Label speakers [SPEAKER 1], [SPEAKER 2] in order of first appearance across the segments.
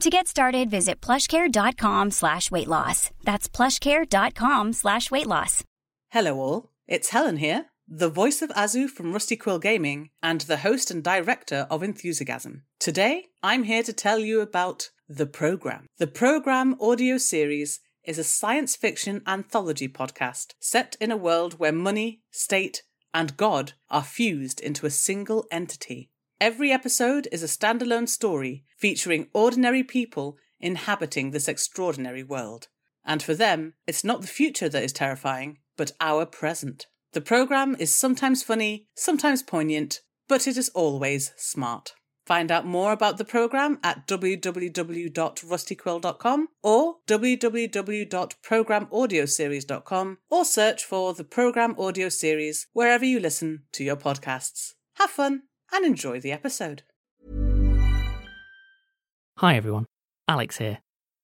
[SPEAKER 1] To get started, visit plushcare.com slash weight loss. That's plushcare.com slash weight loss.
[SPEAKER 2] Hello, all. It's Helen here, the voice of Azu from Rusty Quill Gaming and the host and director of Enthusiasm. Today, I'm here to tell you about The Program. The Program audio series is a science fiction anthology podcast set in a world where money, state, and God are fused into a single entity. Every episode is a standalone story featuring ordinary people inhabiting this extraordinary world. And for them, it's not the future that is terrifying, but our present. The programme is sometimes funny, sometimes poignant, but it is always smart. Find out more about the programme at www.rustyquill.com or www.programaudioseries.com or search for the programme audio series wherever you listen to your podcasts. Have fun and enjoy the episode.
[SPEAKER 3] Hi everyone, Alex here.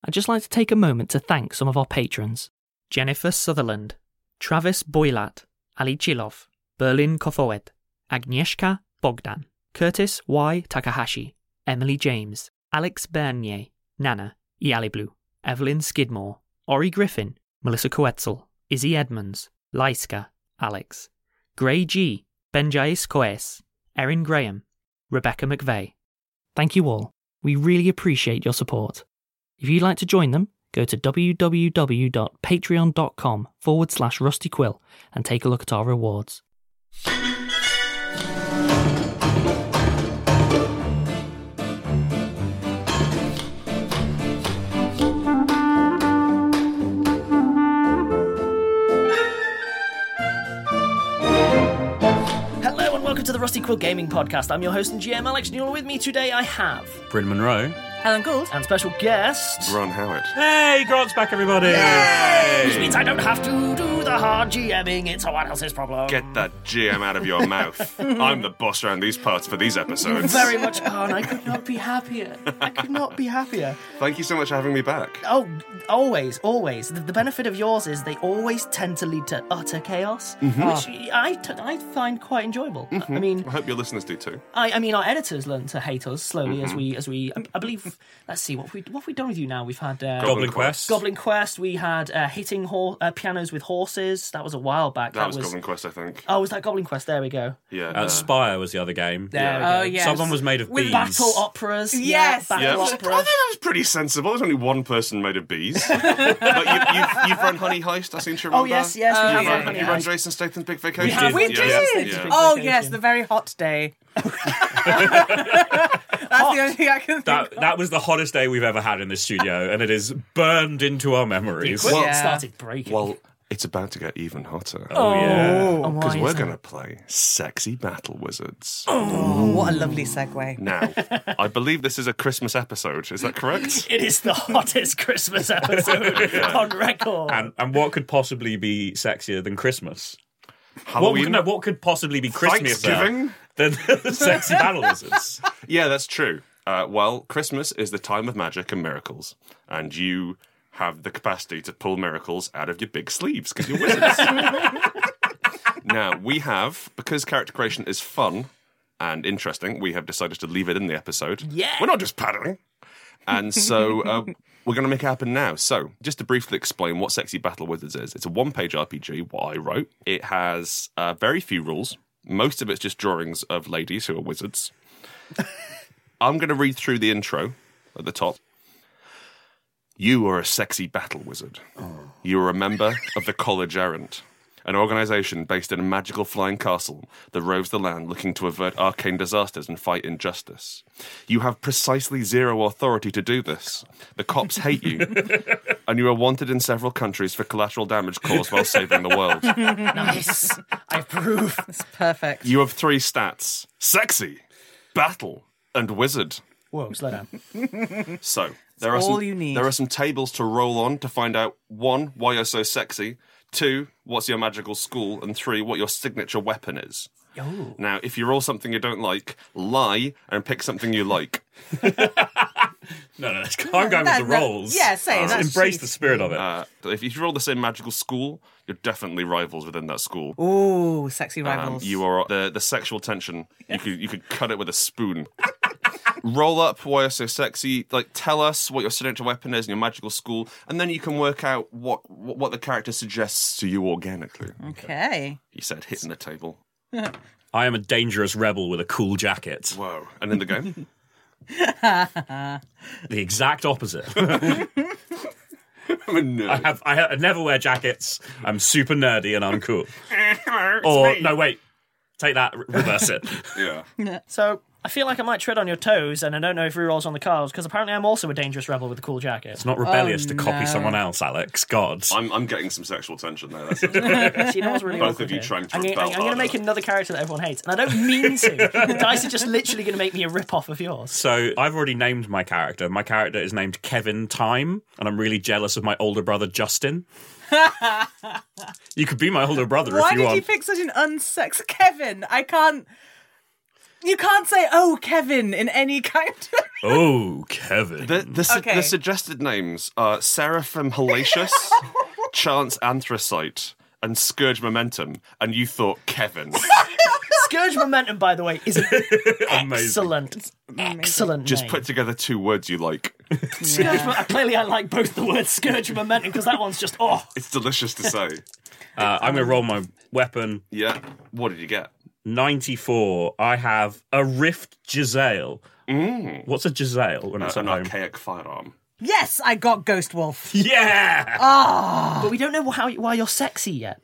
[SPEAKER 3] I'd just like to take a moment to thank some of our patrons Jennifer Sutherland, Travis Boylat, Ali Chilov, Berlin Kofoed, Agnieszka Bogdan, Curtis Y. Takahashi, Emily James, Alex Bernier, Nana, Ialiblu, Evelyn Skidmore, Ori Griffin, Melissa Coetzel, Izzy Edmonds, Lyska, Alex, Gray G, Benjais Coes, Erin Graham, Rebecca McVeigh. Thank you all. We really appreciate your support. If you'd like to join them, go to www.patreon.com forward slash rusty quill and take a look at our rewards.
[SPEAKER 4] Hello and welcome to the Rusty Quill Gaming Podcast. I'm your host and GM Alex, and you're with me today. I have
[SPEAKER 5] Bryn Monroe.
[SPEAKER 2] Helen Gould.
[SPEAKER 4] and special guest,
[SPEAKER 5] Ron Howard.
[SPEAKER 6] Hey, Grant's back, everybody!
[SPEAKER 4] which means I don't have to do the hard GMing. It's someone else's problem.
[SPEAKER 5] Get that GM out of your mouth. I'm the boss around these parts for these episodes.
[SPEAKER 4] Very much, oh, and I could not be happier. I could not be happier.
[SPEAKER 5] Thank you so much for having me back.
[SPEAKER 4] Oh, always, always. The, the benefit of yours is they always tend to lead to utter chaos,
[SPEAKER 5] Ah.
[SPEAKER 4] which I, t- I find quite enjoyable. I- I mean,
[SPEAKER 5] Mm-hmm. I hope your listeners do too. Mm-hmm.
[SPEAKER 4] I, I mean, our editors learn to hate us slowly as we, as we. I, I believe. Let's see what have we what have we done with you now. We've had uh,
[SPEAKER 6] Goblin Quest.
[SPEAKER 4] Goblin Quest. We had uh, hitting hor- uh, pianos with horses. That was a while back.
[SPEAKER 5] That was Goblin Quest, I think.
[SPEAKER 4] Oh, was that Goblin Quest? There we go.
[SPEAKER 5] Yeah.
[SPEAKER 6] Uh, Spire was the other game.
[SPEAKER 4] There we go.
[SPEAKER 2] Oh, yes.
[SPEAKER 6] Someone was made of
[SPEAKER 2] With
[SPEAKER 6] bees.
[SPEAKER 4] Battle operas.
[SPEAKER 2] Yes.
[SPEAKER 4] Yeah,
[SPEAKER 5] yeah,
[SPEAKER 4] battle
[SPEAKER 5] I think
[SPEAKER 4] opera.
[SPEAKER 5] that was pretty sensible. There's only one person made of bees. but you, you've, you've run Honey Heist, I seem to
[SPEAKER 4] Oh
[SPEAKER 5] remember.
[SPEAKER 4] yes, yes.
[SPEAKER 2] Oh,
[SPEAKER 4] we
[SPEAKER 5] You've
[SPEAKER 4] have
[SPEAKER 2] yeah.
[SPEAKER 5] run,
[SPEAKER 4] run Honey
[SPEAKER 5] you run
[SPEAKER 4] Heist.
[SPEAKER 5] Jason Statham's Big Vacation.
[SPEAKER 4] have,
[SPEAKER 2] We
[SPEAKER 4] Yeah.
[SPEAKER 2] did!
[SPEAKER 4] Yeah.
[SPEAKER 2] Oh,
[SPEAKER 4] Yeah.
[SPEAKER 2] yes, the very hot day. That's the only thing I can think
[SPEAKER 6] That,
[SPEAKER 2] of.
[SPEAKER 6] that was the hottest day we've ever had in this studio, and it is burned into our memories.
[SPEAKER 4] Well,
[SPEAKER 5] Well-
[SPEAKER 4] started breaking.
[SPEAKER 5] Well, It's about to get even hotter.
[SPEAKER 4] Oh, yeah. Oh,
[SPEAKER 5] Because
[SPEAKER 4] why
[SPEAKER 5] we're
[SPEAKER 4] is
[SPEAKER 5] going to play Sexy Battle Wizards.
[SPEAKER 2] Oh, what a lovely segue.
[SPEAKER 5] Now, I believe this is a Christmas episode. Is that correct?
[SPEAKER 4] It is the hottest Christmas episode on record.
[SPEAKER 6] And, and what could possibly be sexier than Christmas? What,
[SPEAKER 5] Halloween?
[SPEAKER 6] would- no, what could possibly be Christmaser
[SPEAKER 5] Thanksgiving?
[SPEAKER 6] than the sexy battle wizards?
[SPEAKER 5] Yeah, that's true. Uh, well, Christmas is the time of magic and miracles, and you have the capacity to pull miracles out of your big sleeves because you're wizards. now, we have, because character creation is fun and interesting, we have decided to leave it in the episode.
[SPEAKER 4] Yeah.
[SPEAKER 5] We're not just paddling. And so uh, we're going to make it happen now. So, just to briefly explain what Sexy Battle Wizards is, it's a one page RPG, what I wrote. It has uh, very few rules. Most of it's just drawings of ladies who are wizards. I'm going to read through the intro at the top. You are a sexy battle wizard. You are a member of the College Errant, an organization based in a magical flying castle that roves the land looking to avert arcane disasters and fight injustice. You have precisely zero authority to do this. The cops hate you, and you are wanted in several countries for collateral damage caused while saving the world.
[SPEAKER 4] nice. I approve.
[SPEAKER 2] It's perfect.
[SPEAKER 5] You have three stats sexy, battle, and wizard.
[SPEAKER 4] Whoa, slow down.
[SPEAKER 5] So there are
[SPEAKER 2] all
[SPEAKER 5] some,
[SPEAKER 2] you need.
[SPEAKER 5] There are some tables to roll on to find out one why you're so sexy, two what's your magical school, and three what your signature weapon is. Now, if you roll something you don't like, lie and pick something you like.
[SPEAKER 6] No, no, that's- I'm going with the
[SPEAKER 2] That- that-
[SPEAKER 6] rolls.
[SPEAKER 2] yeah, say
[SPEAKER 6] Just
[SPEAKER 2] that's
[SPEAKER 6] Embrace
[SPEAKER 2] cheap.
[SPEAKER 6] the spirit of it.
[SPEAKER 5] Uh, if you roll the same magical school, you're definitely rivals within that school.
[SPEAKER 2] Ooh, sexy
[SPEAKER 5] Um,
[SPEAKER 2] rivals.
[SPEAKER 5] you are the the sexual tension. You could you could cut it with a spoon. Roll up why you're so sexy. Like tell us what your signature weapon is and your magical school, and then you can work out what what, what the character suggests to you organically.
[SPEAKER 2] okay.
[SPEAKER 5] He said, hitting the table.
[SPEAKER 6] I am a dangerous rebel with a cool jacket.
[SPEAKER 5] Whoa! And in the game,
[SPEAKER 6] The exact opposite.
[SPEAKER 5] I'm a nerd.
[SPEAKER 6] I have I ha- I never wear jackets. I'm super nerdy and I'm cool. or no, wait, take that, re- reverse it.
[SPEAKER 5] yeah.
[SPEAKER 4] So I feel like I might tread on your toes, and I don't know if rerolls on the cards because apparently I'm also a dangerous rebel with a cool jacket.
[SPEAKER 6] It's not rebellious
[SPEAKER 2] Oh,
[SPEAKER 6] to copy someone else, Alex. God,
[SPEAKER 5] I'm I'm getting some sexual tension there. That's
[SPEAKER 4] See, you know what's really
[SPEAKER 5] Both of
[SPEAKER 4] awkward
[SPEAKER 5] you
[SPEAKER 4] here?
[SPEAKER 5] trying to
[SPEAKER 4] I'm, gonna-
[SPEAKER 5] rebel
[SPEAKER 4] I'm, going to
[SPEAKER 5] harder.
[SPEAKER 4] make another character that everyone hates, and I don't mean to. the dice are just literally going to make me a rip off of yours.
[SPEAKER 6] So I've already named my character. My character is named Kevin Time, and I'm really jealous of my older brother Justin. you could be my older brother
[SPEAKER 2] Why
[SPEAKER 6] if you
[SPEAKER 2] did
[SPEAKER 6] want.
[SPEAKER 2] you pick such an unsex Kevin? I can't. You can't say "oh Kevin" in any kind. of...
[SPEAKER 6] oh, Kevin.
[SPEAKER 5] The the, su-
[SPEAKER 2] Okay.
[SPEAKER 5] the suggested names are Seraphim Hellacious, Chance Anthracite, and Scourge Momentum. And you thought Kevin.
[SPEAKER 4] Scourge Momentum, by the way, is an excellent, excellent.
[SPEAKER 5] Just
[SPEAKER 4] name.
[SPEAKER 5] put together two words you like.
[SPEAKER 4] Scourge. Mo- Clearly, I like both the words Scourge and Momentum because that one's just oh.
[SPEAKER 5] It's delicious to say.
[SPEAKER 6] Uh, I'm going to roll my weapon.
[SPEAKER 5] Yeah. What did you get?
[SPEAKER 6] 94. I have a Rift Giselle. What's a Giselle when it's
[SPEAKER 5] Mm. An
[SPEAKER 6] at home?
[SPEAKER 5] archaic firearm.
[SPEAKER 2] Yes, I got Ghost Wolf.
[SPEAKER 6] Yeah!
[SPEAKER 4] But we don't know how why you're sexy yet.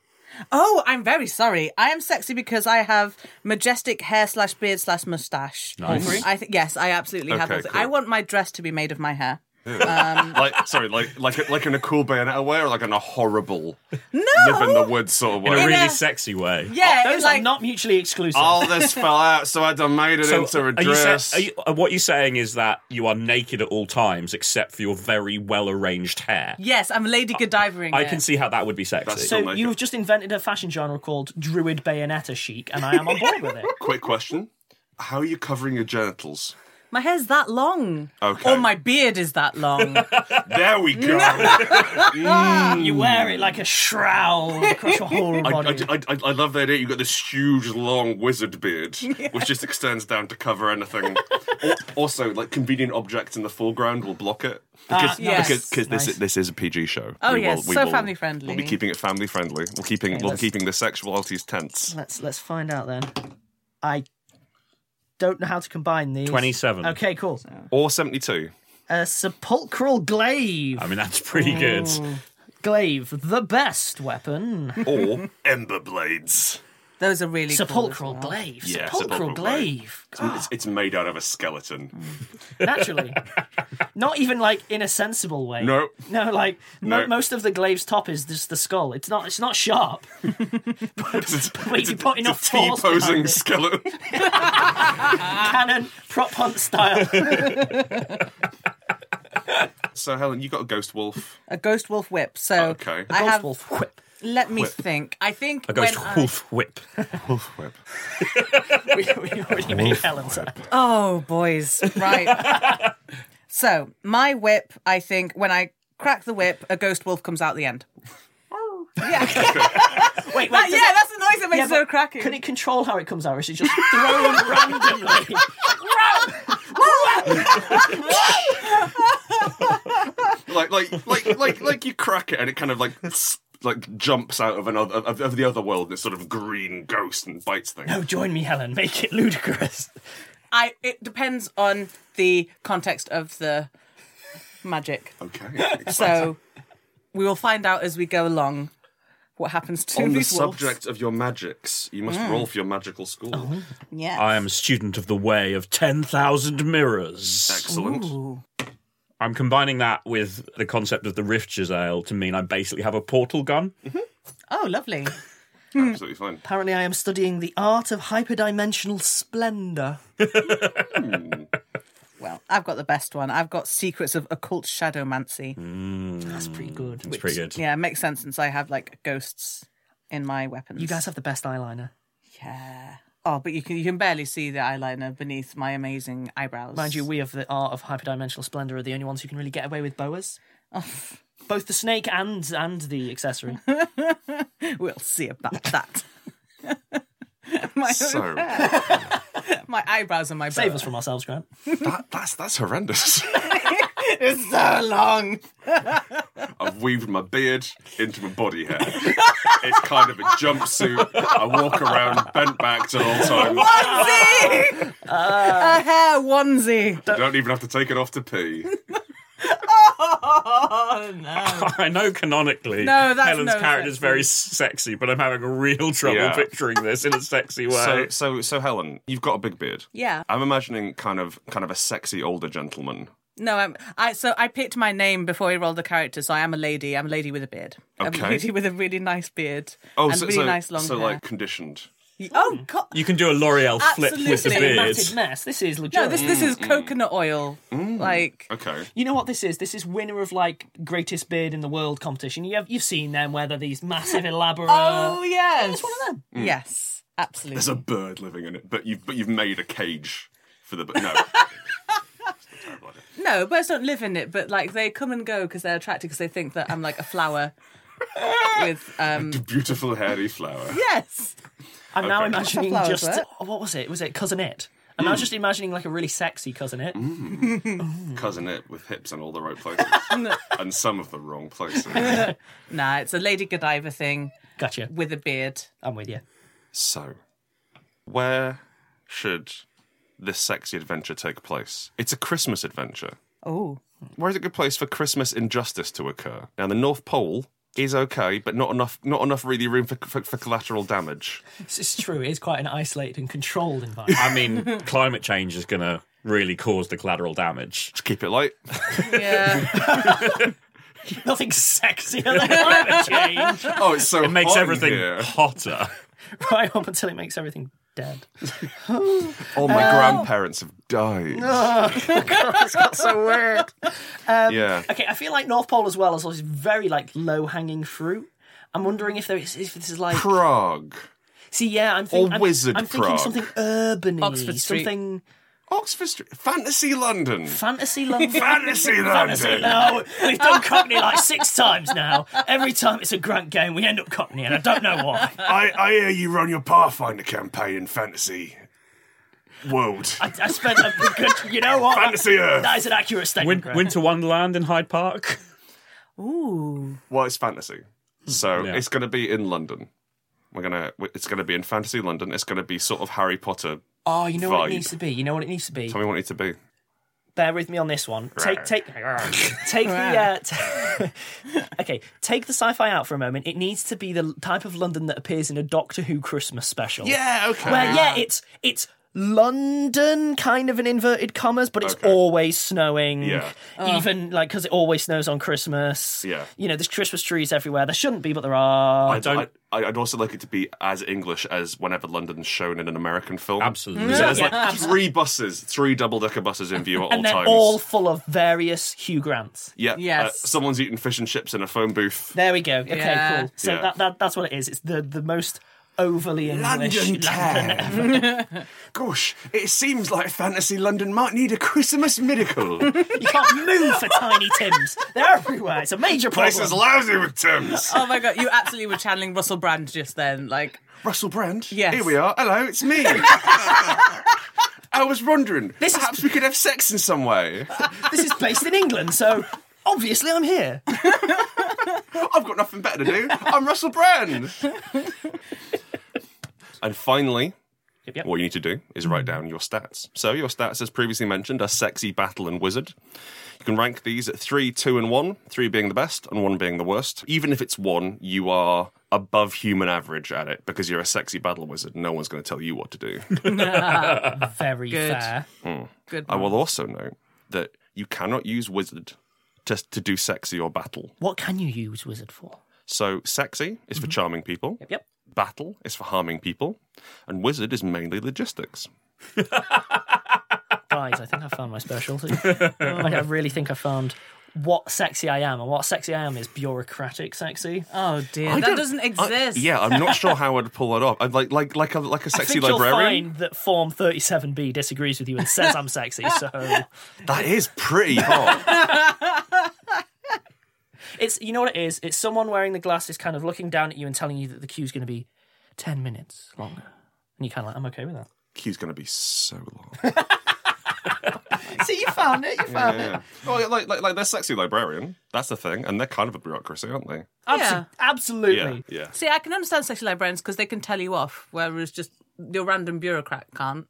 [SPEAKER 2] Oh, I'm very sorry. I am sexy because I have majestic hair slash beard slash mustache.
[SPEAKER 6] Nice.
[SPEAKER 2] I think yes, I absolutely have.
[SPEAKER 5] Okay,
[SPEAKER 2] all three.
[SPEAKER 5] cool.
[SPEAKER 2] I want my dress to be made of my hair.
[SPEAKER 5] Like, sorry, like like like in a cool bayonetta way, or like in a horrible
[SPEAKER 2] No.
[SPEAKER 5] live in the woods sort of
[SPEAKER 6] in a
[SPEAKER 5] way.
[SPEAKER 6] really
[SPEAKER 2] Yeah.
[SPEAKER 6] sexy way.
[SPEAKER 2] Yeah,
[SPEAKER 4] Oh, Those
[SPEAKER 2] it's like
[SPEAKER 4] are not mutually exclusive.
[SPEAKER 5] All Oh, this fell out, so I done made it into a
[SPEAKER 6] are you sa-
[SPEAKER 5] dress.
[SPEAKER 6] are you- uh, what you're saying is that you are naked at all times except for your very well arranged hair.
[SPEAKER 2] yes, I'm Lady Godivering.
[SPEAKER 6] I
[SPEAKER 2] it.
[SPEAKER 6] can see how that would be sexy.
[SPEAKER 5] That's-
[SPEAKER 4] so
[SPEAKER 5] like
[SPEAKER 4] you've
[SPEAKER 5] it.
[SPEAKER 4] just invented a fashion genre called Druid Bayonetta Chic, and I am on board with it.
[SPEAKER 5] Quick question: How are you covering your genitals?
[SPEAKER 2] my hair's that long,
[SPEAKER 5] Okay.
[SPEAKER 2] or my beard is that long.
[SPEAKER 5] There we go.
[SPEAKER 4] You
[SPEAKER 5] Hmm.
[SPEAKER 4] wear it like a shroud across your whole
[SPEAKER 5] I,
[SPEAKER 4] body.
[SPEAKER 5] I, I, I I love the idea. You've got this huge, long wizard beard, which just extends down to cover anything. Al- also, like convenient objects in the foreground will block it. Because,
[SPEAKER 2] yes.
[SPEAKER 5] because, 'cause this,
[SPEAKER 4] Nice.
[SPEAKER 5] this is a PG show.
[SPEAKER 2] Oh, yes, so family friendly.
[SPEAKER 5] We'll be keeping it family friendly. We're keeping we're
[SPEAKER 4] let's-
[SPEAKER 5] keeping the sexualities tense.
[SPEAKER 4] Let's let's find out then. I don't know how to combine these.
[SPEAKER 6] 27.
[SPEAKER 4] Okay, cool.
[SPEAKER 5] Or seventy two.
[SPEAKER 4] A sepulchral glaive.
[SPEAKER 6] I mean, that's pretty good.
[SPEAKER 4] glaive, the best weapon.
[SPEAKER 5] Or ember blades.
[SPEAKER 2] Those are really
[SPEAKER 4] Sepulchral
[SPEAKER 2] cool as well.
[SPEAKER 4] glaive.
[SPEAKER 5] Yeah,
[SPEAKER 4] sepulchral
[SPEAKER 5] sepulchral
[SPEAKER 4] glaive.
[SPEAKER 5] It's- It's, it's made out of a skeleton.
[SPEAKER 4] Naturally. Not even like in a sensible way.
[SPEAKER 5] No.
[SPEAKER 4] No, like
[SPEAKER 5] No.
[SPEAKER 4] Mo- most of the glaive's top is just the skull. It's not it's not sharp. but but you put enough
[SPEAKER 5] T
[SPEAKER 4] force behind
[SPEAKER 5] posing
[SPEAKER 4] it.
[SPEAKER 5] skeleton.
[SPEAKER 4] cannon prop hunt style.
[SPEAKER 5] so Helen, you got a ghost wolf.
[SPEAKER 2] A ghost wolf whip. So
[SPEAKER 5] Oh, Okay.
[SPEAKER 2] I have.
[SPEAKER 4] wolf whip.
[SPEAKER 2] Let me
[SPEAKER 5] Whip.
[SPEAKER 2] think. I think
[SPEAKER 6] A ghost
[SPEAKER 2] when I-
[SPEAKER 6] wolf whip.
[SPEAKER 4] We, we already made Helen say.
[SPEAKER 2] Oh, boys. Right. so, my whip, I think, when I crack the whip, a ghost wolf comes out the end.
[SPEAKER 5] Oh.
[SPEAKER 4] Wait, wait.
[SPEAKER 2] That-
[SPEAKER 4] does
[SPEAKER 2] yeah,
[SPEAKER 4] it-
[SPEAKER 2] that's the noise that makes
[SPEAKER 4] but
[SPEAKER 2] it so cracking.
[SPEAKER 4] Can it control how it comes out, or is it just thrown randomly?
[SPEAKER 5] Like like like like like you crack it and it kind of like like jumps out of another of, of the other world this sort of green ghost and bites things.
[SPEAKER 4] No, join me, Helen. Make it ludicrous.
[SPEAKER 2] I. It depends on the context of the magic.
[SPEAKER 5] Okay.
[SPEAKER 2] So, we will find out as we go along what happens to
[SPEAKER 5] on the
[SPEAKER 2] these wolves. Hmm.
[SPEAKER 5] subject of your magics, you must roll for your magical school.
[SPEAKER 4] Oh,
[SPEAKER 2] Yes.
[SPEAKER 6] I am a student of the way of 10,000 mirrors.
[SPEAKER 5] Excellent.
[SPEAKER 6] I'm combining that with the concept of the Rift's Ale to mean I basically have a portal gun.
[SPEAKER 2] Oh, lovely.
[SPEAKER 5] Absolutely fine.
[SPEAKER 4] Apparently, I am studying the art of hyperdimensional splendor.
[SPEAKER 2] Well, I've got the best one. I've got Secrets of Occult Shadowmancy.
[SPEAKER 4] Hmm. That's pretty good.
[SPEAKER 6] It's pretty good.
[SPEAKER 2] Yeah, it makes sense since I have like ghosts in my weapons.
[SPEAKER 4] You guys have the best eyeliner.
[SPEAKER 2] Yeah. Oh, but you can you can barely see the eyeliner beneath my amazing eyebrows.
[SPEAKER 4] Mind you, we of the art of hyperdimensional splendor are the only ones who can really get away with boas.
[SPEAKER 2] Oh.
[SPEAKER 4] Both the snake and and the accessory.
[SPEAKER 2] we'll see about that. my,
[SPEAKER 5] So
[SPEAKER 2] my eyebrows and my
[SPEAKER 4] Save
[SPEAKER 2] bow.
[SPEAKER 4] us from ourselves, Grant.
[SPEAKER 5] that, that's that's horrendous.
[SPEAKER 2] It's so long.
[SPEAKER 5] I've weaved my beard into my body hair. It's kind of a jumpsuit. I walk around bent back at all times.
[SPEAKER 2] Onesie, a hair onesie.
[SPEAKER 5] I don't even have to take it off to pee.
[SPEAKER 2] Oh no.
[SPEAKER 6] I know canonically
[SPEAKER 2] No, that's
[SPEAKER 6] Helen's
[SPEAKER 2] no
[SPEAKER 6] character is
[SPEAKER 2] sexy.
[SPEAKER 6] very s- sexy, but I'm having real trouble
[SPEAKER 5] Yeah.
[SPEAKER 6] picturing this in a sexy way.
[SPEAKER 5] So, so, so, Helen, you've got a big beard.
[SPEAKER 2] Yeah.
[SPEAKER 5] I'm imagining kind of, kind of a sexy older gentleman.
[SPEAKER 2] No, I'm, I so I picked my name before I rolled the character. So I am a lady. I'm a lady with a beard. I'm
[SPEAKER 5] Okay.
[SPEAKER 2] a lady with a really nice beard.
[SPEAKER 5] Oh,
[SPEAKER 2] and
[SPEAKER 5] so,
[SPEAKER 2] really
[SPEAKER 5] so,
[SPEAKER 2] nice long
[SPEAKER 5] so
[SPEAKER 2] hair.
[SPEAKER 5] like conditioned.
[SPEAKER 2] oh God.
[SPEAKER 6] Hmm. you can do a L'Oreal flip with the
[SPEAKER 2] Absolutely.
[SPEAKER 6] beard.
[SPEAKER 4] Massive mess. This is legit.
[SPEAKER 2] No, this this is coconut oil. Like
[SPEAKER 5] Mm, Okay.
[SPEAKER 4] You know what this is? This is winner of like greatest beard in the world competition. You have, you've seen them where they're these massive elaborate.
[SPEAKER 2] Oh yes,
[SPEAKER 4] it's one of them.
[SPEAKER 5] Mm.
[SPEAKER 2] Yes, absolutely.
[SPEAKER 5] There's a bird living in it, but you've, but you've made a cage for the bird. No. Terrible idea.
[SPEAKER 2] No, birds don't live in it, but like they come and go because they're attracted because they think that I'm like a flower with um.
[SPEAKER 5] Beautiful hairy flower.
[SPEAKER 2] Yes,
[SPEAKER 4] I'm now
[SPEAKER 5] Okay.
[SPEAKER 4] imagining
[SPEAKER 2] Flowers,
[SPEAKER 4] just
[SPEAKER 2] right?
[SPEAKER 4] oh, what was it? Was it cousin it? I'm now just imagining like a really sexy cousin it.
[SPEAKER 5] cousin it with hips in all the right places and some of the wrong places.
[SPEAKER 2] nah, it's a Lady Godiva thing
[SPEAKER 4] Gotcha.
[SPEAKER 2] with a beard.
[SPEAKER 4] I'm with you.
[SPEAKER 5] so, where should this sexy adventure take place? It's a Christmas adventure.
[SPEAKER 2] Oh,
[SPEAKER 5] Where's a good place for Christmas injustice to occur? Now, the North Pole is okay, but not enough, not enough really room for, for, for collateral damage.
[SPEAKER 4] This is true. It is quite an isolated and controlled environment.
[SPEAKER 6] I mean, climate change is going to really cause the collateral damage.
[SPEAKER 5] Just keep it light.
[SPEAKER 2] yeah.
[SPEAKER 4] Nothing sexier than climate change.
[SPEAKER 5] Oh, it's so
[SPEAKER 6] It makes
[SPEAKER 5] hot in
[SPEAKER 6] everything
[SPEAKER 5] here.
[SPEAKER 6] hotter.
[SPEAKER 4] right up until it makes everything dead.
[SPEAKER 5] All my grandparents have died.
[SPEAKER 4] It's got so weird.
[SPEAKER 5] yeah.
[SPEAKER 4] Okay, I feel like North Pole as well is always very like low hanging fruit. I'm wondering if there is if this is like
[SPEAKER 5] Prague,
[SPEAKER 4] see yeah I'm, think,
[SPEAKER 5] or
[SPEAKER 4] I'm,
[SPEAKER 5] Wizard
[SPEAKER 4] I'm thinking
[SPEAKER 5] Prague.
[SPEAKER 4] something urban
[SPEAKER 2] Oxford Street.
[SPEAKER 4] something
[SPEAKER 5] Oxford Street, Fantasy London.
[SPEAKER 4] fantasy love
[SPEAKER 5] Fantasy
[SPEAKER 4] Fantasy,
[SPEAKER 5] London.
[SPEAKER 4] no, we've done Cockney like six times now. Every time it's a Grant game, we end up Cockney, and I don't know why.
[SPEAKER 5] I, I hear you run your Pathfinder campaign in fantasy world.
[SPEAKER 4] I, I spent a good, you know what?
[SPEAKER 5] Fantasy Earth.
[SPEAKER 4] That is an accurate statement.
[SPEAKER 6] Win-
[SPEAKER 4] Grant.
[SPEAKER 6] Winter Wonderland in Hyde Park.
[SPEAKER 2] Ooh,
[SPEAKER 5] Well, it's fantasy, so
[SPEAKER 6] Yeah.
[SPEAKER 5] it's going to be in London. We're gonna. It's going to be in fantasy London. It's going to be sort of Harry Potter.
[SPEAKER 4] Oh, you know what
[SPEAKER 5] Vibe.
[SPEAKER 4] it needs to be. You know what it needs to be.
[SPEAKER 5] Tell me what it needs to be.
[SPEAKER 4] Bear with me on this one. Take, take, take the, uh, t- okay, take the sci-fi out for a moment. It needs to be the l- type of London that appears in a Doctor Who Christmas special.
[SPEAKER 5] Yeah, okay.
[SPEAKER 4] Where yeah, it's it's London, kind of in inverted commas, but it's
[SPEAKER 5] Okay.
[SPEAKER 4] always snowing.
[SPEAKER 5] Yeah.
[SPEAKER 4] Even like because it always snows on Christmas.
[SPEAKER 5] Yeah.
[SPEAKER 4] You know, there's Christmas trees everywhere. There shouldn't be, but there are.
[SPEAKER 5] I don't. I, I'd also like it to be as English as whenever London's shown in an American film.
[SPEAKER 6] Absolutely.
[SPEAKER 5] So there's
[SPEAKER 4] Yeah.
[SPEAKER 5] like three buses, three double decker buses in view at all
[SPEAKER 4] and they're
[SPEAKER 5] times.
[SPEAKER 4] all full of various Hugh Grants.
[SPEAKER 5] yeah.
[SPEAKER 2] Yes.
[SPEAKER 5] Uh, someone's eating fish and chips in a phone booth.
[SPEAKER 4] There we go. Okay,
[SPEAKER 2] Yeah.
[SPEAKER 4] cool. So
[SPEAKER 5] Yeah.
[SPEAKER 4] that, that that's what it is. It's the the most overly English.
[SPEAKER 5] town. Gosh, it seems like fantasy London might need a Christmas miracle.
[SPEAKER 4] You can't move for Tiny Tims. They're everywhere. It's a major problem.
[SPEAKER 5] Place is lousy with Tims.
[SPEAKER 2] Oh my god, you absolutely were channeling Russell Brand just then. Like,
[SPEAKER 5] Russell Brand.
[SPEAKER 2] Yes.
[SPEAKER 5] Here we are. Hello, it's me. I was wondering.
[SPEAKER 4] This is-
[SPEAKER 5] perhaps we could have sex in some way.
[SPEAKER 4] this is based in England, so obviously I'm here.
[SPEAKER 5] I've got nothing better to do. I'm Russell Brand. and finally,
[SPEAKER 4] Yep, yep.
[SPEAKER 5] what you need to do is write down your stats. So your stats, as previously mentioned, are sexy, battle, and wizard. You can rank these at three, two, and one. Three being the best, and one being the worst. Even if it's one, you are above human average at it because you're a sexy battle wizard. No one's going to tell you what to do.
[SPEAKER 4] Very
[SPEAKER 2] Good.
[SPEAKER 4] fair.
[SPEAKER 2] good.
[SPEAKER 5] I will also note that you cannot use wizard to, to do sexy or battle.
[SPEAKER 4] What can you use wizard for?
[SPEAKER 5] So sexy is for charming people.
[SPEAKER 4] Yep, yep.
[SPEAKER 5] Battle is for harming people, and wizard is mainly logistics.
[SPEAKER 4] Guys, I think I found my specialty. I I really think I found what sexy I am, and what sexy I am is bureaucratic sexy.
[SPEAKER 2] Oh dear,
[SPEAKER 5] I
[SPEAKER 2] that
[SPEAKER 5] don't-
[SPEAKER 2] doesn't
[SPEAKER 5] I-
[SPEAKER 2] exist.
[SPEAKER 5] yeah, I'm not sure how I'd pull that off. I'd like like like a like a sexy
[SPEAKER 4] I think
[SPEAKER 5] librarian.
[SPEAKER 4] you'll find that Form 37B disagrees with you and says I'm sexy, so
[SPEAKER 5] That is pretty hot.
[SPEAKER 4] It's you know what it is. It's someone wearing the glasses, kind of looking down at you and telling you that the queue's going to be ten minutes longer, and you kind of like, I'm okay with that.
[SPEAKER 5] Q's gonna be so long.
[SPEAKER 4] See, you found it. You found
[SPEAKER 5] Yeah. Well, yeah, like, like like they're sexy librarian. That's the thing, and they're kind of a bureaucracy, aren't they?
[SPEAKER 2] Yeah.
[SPEAKER 5] Yeah,
[SPEAKER 4] Absolutely.
[SPEAKER 5] yeah.
[SPEAKER 2] See, I can understand sexual librarians because they can tell you off, whereas just your random bureaucrat can't.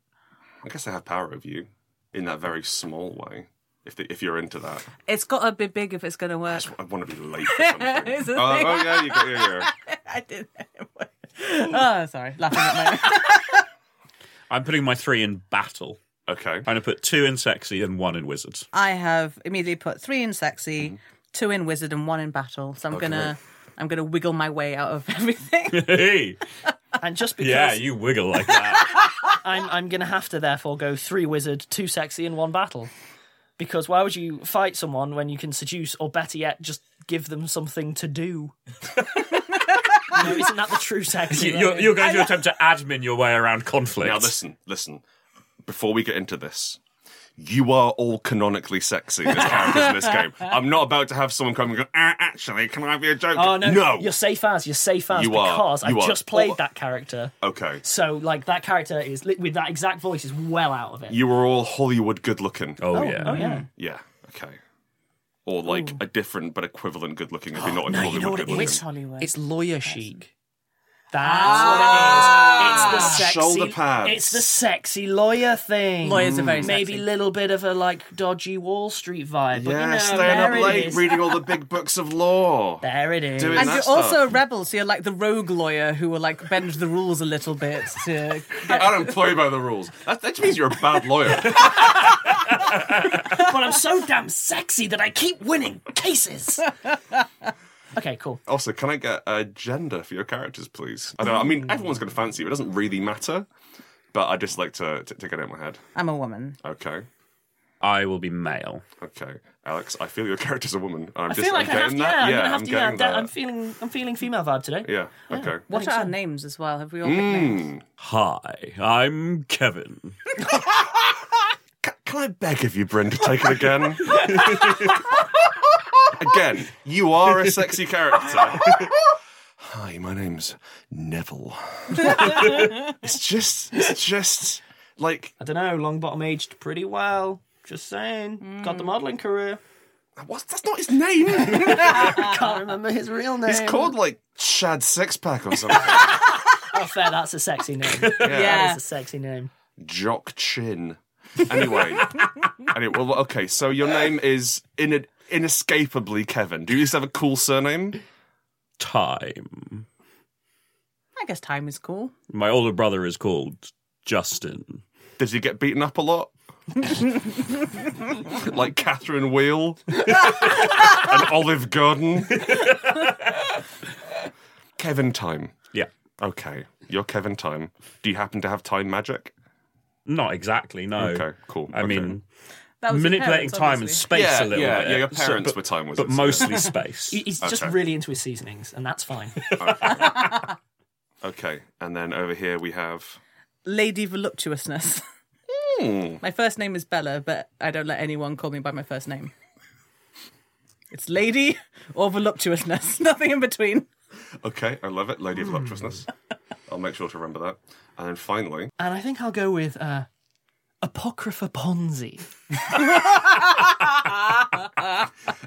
[SPEAKER 5] I guess they have power over you in that very small way. If they, if you're into that,
[SPEAKER 2] It's got to be big if it's going to work.
[SPEAKER 5] I want to be late for something.
[SPEAKER 2] It's a
[SPEAKER 5] oh,
[SPEAKER 2] thing.
[SPEAKER 5] oh, yeah, you got yeah, yeah.
[SPEAKER 2] I didn't. oh, sorry, laughing at my.
[SPEAKER 6] I'm putting my three in battle.
[SPEAKER 5] Okay.
[SPEAKER 6] I'm going to put two in sexy and one in wizards.
[SPEAKER 2] I have immediately put three in sexy,
[SPEAKER 5] Mm-hmm.
[SPEAKER 2] two in wizard, and one in battle.
[SPEAKER 5] Oh,
[SPEAKER 2] So I'm gonna, I'm gonna wiggle my way out of everything.
[SPEAKER 6] Hey,
[SPEAKER 4] And just because
[SPEAKER 6] yeah, you wiggle like that.
[SPEAKER 4] I'm I'm going to have to therefore go three wizard, two sexy, and one battle, because why would you fight someone when you can seduce, or better yet, just give them something to do? you know, isn't that the true sexy?
[SPEAKER 6] You- you're,
[SPEAKER 4] right?
[SPEAKER 6] you're going to attempt to admin your way around conflict.
[SPEAKER 5] Now listen, listen. Before we get into this, you are all canonically sexy as characters in this game. I'm not about to have someone come and go. "Ah, actually, can I be a joker?
[SPEAKER 4] Oh no, You're safe as you're safe as
[SPEAKER 5] You are,
[SPEAKER 4] because
[SPEAKER 5] you
[SPEAKER 4] I've
[SPEAKER 5] are.
[SPEAKER 4] just played that character.
[SPEAKER 5] okay.
[SPEAKER 4] So like that character is li- with that exact voice is well out of it.
[SPEAKER 5] You were all Hollywood good looking.
[SPEAKER 6] Oh, yeah.
[SPEAKER 4] Oh yeah.
[SPEAKER 5] Yeah. Okay. Or like a different but equivalent good looking if you're not in
[SPEAKER 4] No,
[SPEAKER 5] Hollywood
[SPEAKER 4] you know what
[SPEAKER 5] good
[SPEAKER 4] it
[SPEAKER 5] looking.
[SPEAKER 4] is.
[SPEAKER 2] Hollywood.
[SPEAKER 4] It's lawyer chic. That's what it
[SPEAKER 2] Ah.
[SPEAKER 4] is. It's the sexy
[SPEAKER 5] Ah. Shoulder pads.
[SPEAKER 4] It's the sexy lawyer thing.
[SPEAKER 2] Lawyers are very
[SPEAKER 4] Maybe
[SPEAKER 2] sexy.
[SPEAKER 4] little bit of a like dodgy Wall Street vibe.
[SPEAKER 5] Yeah,
[SPEAKER 4] but you know,
[SPEAKER 5] staying up
[SPEAKER 4] Oh, there it
[SPEAKER 5] late
[SPEAKER 4] is.
[SPEAKER 5] reading all the big books of law.
[SPEAKER 4] There it is.
[SPEAKER 5] Doing
[SPEAKER 2] And
[SPEAKER 5] that
[SPEAKER 2] you're
[SPEAKER 5] stuff.
[SPEAKER 2] also a rebel, so you're like the rogue lawyer who will like bend the rules a little bit to get
[SPEAKER 5] I don't play by the rules. That, that just means you're a bad lawyer.
[SPEAKER 4] but I'm so damn sexy that I keep winning cases. okay, cool.
[SPEAKER 5] Also, can I get a gender for your characters, please? I don't know. I mean, everyone's going to fancy you. It doesn't really matter, but I just like to, to, to get it in my head.
[SPEAKER 2] I'm a woman.
[SPEAKER 5] Okay,
[SPEAKER 6] I will be male.
[SPEAKER 5] okay. Alex, I feel your character's a woman. I'm
[SPEAKER 4] I
[SPEAKER 5] just
[SPEAKER 4] feel like
[SPEAKER 5] I'm
[SPEAKER 4] I have to.
[SPEAKER 5] getting
[SPEAKER 4] Yeah,
[SPEAKER 5] that.
[SPEAKER 4] I'm gonna have
[SPEAKER 5] I'm
[SPEAKER 4] to. Yeah,
[SPEAKER 5] getting
[SPEAKER 4] I'm de-
[SPEAKER 5] that.
[SPEAKER 4] I'm feeling. I'm feeling female vibe today.
[SPEAKER 5] yeah, okay.
[SPEAKER 2] What are our names as well? Have we all picked
[SPEAKER 5] Hmm.
[SPEAKER 2] names?
[SPEAKER 6] Hi, I'm Kevin.
[SPEAKER 5] Ca- can I beg of you, Bryn, to take it again? again, you are a sexy character. Hi, my name's Neville. it's just, it's just like
[SPEAKER 4] I don't know. Longbottom aged pretty well. Just saying. Got the modelling career.
[SPEAKER 5] what? That's not his name.
[SPEAKER 4] Can't remember his real name.
[SPEAKER 5] It's called like Chad Sixpack or something.
[SPEAKER 4] Oh, fair. That's a sexy name.
[SPEAKER 2] Yeah.
[SPEAKER 4] That's a sexy name.
[SPEAKER 5] Jock Chin. Anyway, anyway, well, okay. So your name is in inescapably Kevin. Do you just have a cool surname?
[SPEAKER 6] Time.
[SPEAKER 2] I guess time is cool.
[SPEAKER 6] My older brother is called Justin.
[SPEAKER 5] Did he get beaten up a lot? like Catherine Wheel and Olive Garden? Kevin Time.
[SPEAKER 6] Yeah.
[SPEAKER 5] Okay. You're Kevin Time. Do you happen to have time magic?
[SPEAKER 6] Not exactly, no.
[SPEAKER 5] Okay, cool.
[SPEAKER 6] I
[SPEAKER 5] Okay.
[SPEAKER 6] mean,
[SPEAKER 2] That was your
[SPEAKER 6] manipulating
[SPEAKER 2] parents,
[SPEAKER 6] time and
[SPEAKER 2] obviously.
[SPEAKER 6] space
[SPEAKER 5] Yeah,
[SPEAKER 6] a little
[SPEAKER 5] yeah,
[SPEAKER 6] bit.
[SPEAKER 5] yeah, your
[SPEAKER 6] So-
[SPEAKER 5] parents
[SPEAKER 6] but,
[SPEAKER 5] were time
[SPEAKER 6] But
[SPEAKER 5] wizards, yeah.
[SPEAKER 6] mostly space.
[SPEAKER 4] He- He's just
[SPEAKER 5] Okay.
[SPEAKER 4] really into his seasonings, and that's fine.
[SPEAKER 5] Okay. And then over here we have.
[SPEAKER 2] Lady Voluptuousness.
[SPEAKER 5] Hmm.
[SPEAKER 2] My first name is Bella, but I don't let anyone call me by my first name. It's Lady or Voluptuousness. Nothing in between.
[SPEAKER 5] Okay, I love it. Lady of Voluptuousness. I'll make sure to remember that. And then finally,
[SPEAKER 4] and I think I'll go with uh, Apocrypha Ponzi.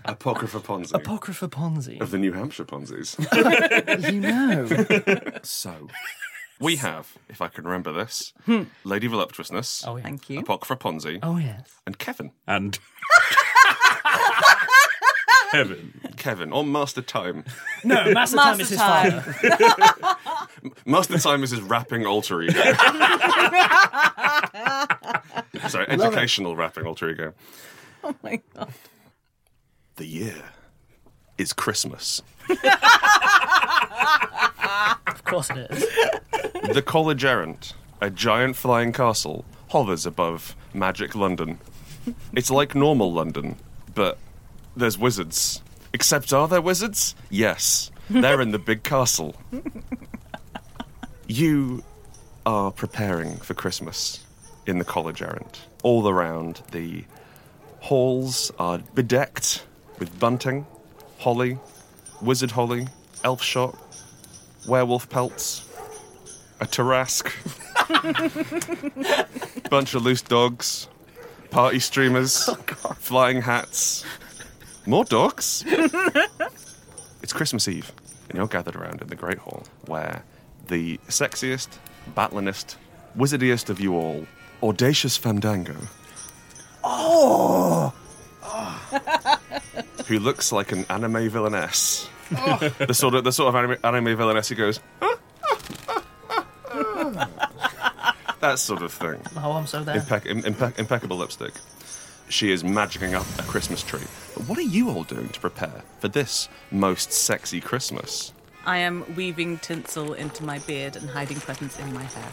[SPEAKER 5] Apocrypha Ponzi
[SPEAKER 4] Apocrypha Ponzi.
[SPEAKER 5] of the New Hampshire Ponzi's.
[SPEAKER 4] you know.
[SPEAKER 5] so, we have, if I can remember this, Lady Voluptuousness,
[SPEAKER 4] Oh, yeah.
[SPEAKER 2] Thank you.
[SPEAKER 5] Apocrypha Ponzi,
[SPEAKER 4] Oh, yes.
[SPEAKER 5] and Kevin.
[SPEAKER 6] And. Kevin.
[SPEAKER 5] Kevin, or Master Time.
[SPEAKER 4] No, Master, Time is his
[SPEAKER 2] Time.
[SPEAKER 4] father.
[SPEAKER 5] Master Time is his rapping alter ego. Sorry, educational rapping alter ego.
[SPEAKER 2] Oh my god.
[SPEAKER 5] The year is Christmas.
[SPEAKER 4] Of course it is.
[SPEAKER 5] The College Errant, a giant flying castle, hovers above magic London. It's like normal London, but there's wizards. Except, are there wizards? Yes, they're in the big castle. You are preparing for Christmas in the College Errant. All around, the halls are bedecked with bunting, holly, wizard holly, elf shot, werewolf pelts, a Tarask, bunch of loose dogs, party streamers, flying hats, more dogs. it's Christmas Eve, and you're gathered around in the Great Hall, where the sexiest, battlinest, wizardiest of you all, Audacious Fandango. Who looks like an anime villainess? the sort of the sort of anime, anime villainess who goes, that sort of thing.
[SPEAKER 4] Oh, I'm so there.
[SPEAKER 5] Impec- im- impec- impeccable lipstick. She is magicking up a Christmas tree. But what are you all doing to prepare for this most sexy Christmas?
[SPEAKER 2] I am weaving tinsel into my beard and hiding presents in my hair.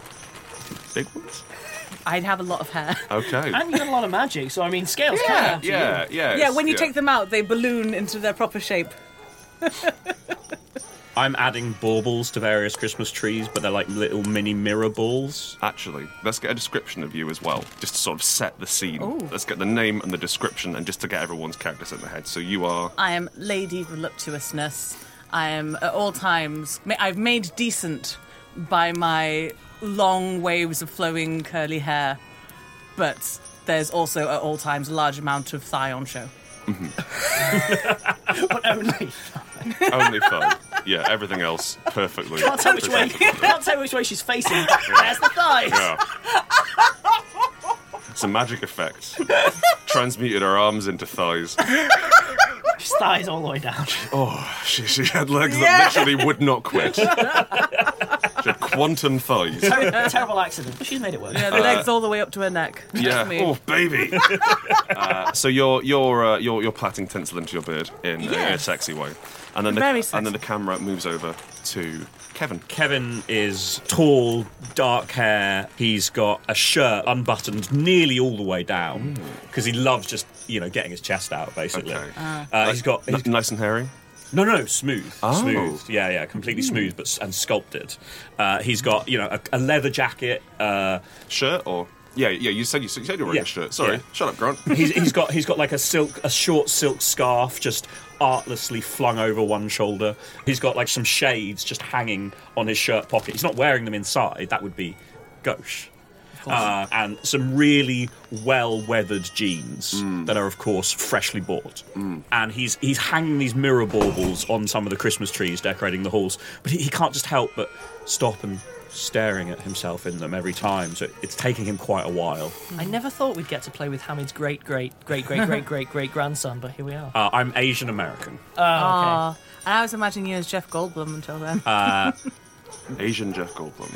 [SPEAKER 5] Big ones?
[SPEAKER 2] I have a lot of hair.
[SPEAKER 5] Okay.
[SPEAKER 4] And you got a lot of magic, so I mean, scales count
[SPEAKER 5] yeah,
[SPEAKER 4] after you.
[SPEAKER 5] yeah, yeah.
[SPEAKER 2] yeah, when you take them out, they balloon into their proper shape.
[SPEAKER 6] I'm adding baubles to various Christmas trees, but they're like little mini mirror balls.
[SPEAKER 5] Actually, let's get a description of you as well, just to sort of set the scene. Let's get the name and the description, and just to get everyone's characters in their head. So you are.
[SPEAKER 2] I am Lady Voluptuousness. I am at all times. ma- I've made decent by my long waves of flowing curly hair, but there's also at all times a large amount of thigh on show.
[SPEAKER 4] But only.
[SPEAKER 5] Only fun. yeah, everything else perfectly.
[SPEAKER 4] Can't tell which way. Can't tell which way she's facing. There's the thighs.
[SPEAKER 5] Yeah. It's a magic effect. Transmuted her arms into thighs.
[SPEAKER 4] She's thighs all the way down.
[SPEAKER 5] She, she had legs that literally would not quit. she had quantum thighs.
[SPEAKER 4] Terrible accident, but she's made it work.
[SPEAKER 2] Yeah, the legs all the way up to her neck.
[SPEAKER 5] Uh, Yeah.
[SPEAKER 2] Trust me.
[SPEAKER 5] Oh, baby. uh, so you're you're uh, you're you're plaiting tinsel into your beard in, in a
[SPEAKER 2] Yes.
[SPEAKER 5] sexy way, and then the,
[SPEAKER 2] Very sexy.
[SPEAKER 5] and then the camera moves over to Kevin.
[SPEAKER 6] Kevin is tall, dark hair. He's got a shirt unbuttoned nearly all the way down because he loves just, you know, getting his chest out, basically.
[SPEAKER 5] Mm. Okay.
[SPEAKER 2] Ah.
[SPEAKER 6] Uh, he's got.
[SPEAKER 5] N- nice and hairy.
[SPEAKER 6] No, no, no, smooth,
[SPEAKER 5] Oh. Hmm.
[SPEAKER 6] smooth. Yeah, yeah, completely smooth, but s- and sculpted. Uh, he's got you know a, a leather jacket. Uh,
[SPEAKER 5] Shirt or yeah yeah. You said you, said- you said you were wearing
[SPEAKER 6] Yeah.
[SPEAKER 5] a shirt. Sorry.
[SPEAKER 6] Yeah.
[SPEAKER 5] Shut up, Grant.
[SPEAKER 6] he's, he's got he's got like a silk, a short silk scarf, just artlessly flung over one shoulder. He's got like some shades just hanging on his shirt pocket. He's not wearing them inside. That would be gauche. Uh, and some really well-weathered jeans that are, of course, freshly bought. And he's he's hanging these mirror baubles on some of the Christmas trees decorating the halls. But he, he can't just help but stop and staring at himself in them every time. So it's taking him quite a while.
[SPEAKER 4] I never thought we'd get to play with Hamid's great, great, great, great, great, great, great grandson, but here we are.
[SPEAKER 6] Uh, I'm Asian American.
[SPEAKER 4] Oh,
[SPEAKER 7] Aw. And I was imagining you as Jeff Goldblum until then.
[SPEAKER 6] Uh,
[SPEAKER 5] Asian Jeff Goldblum.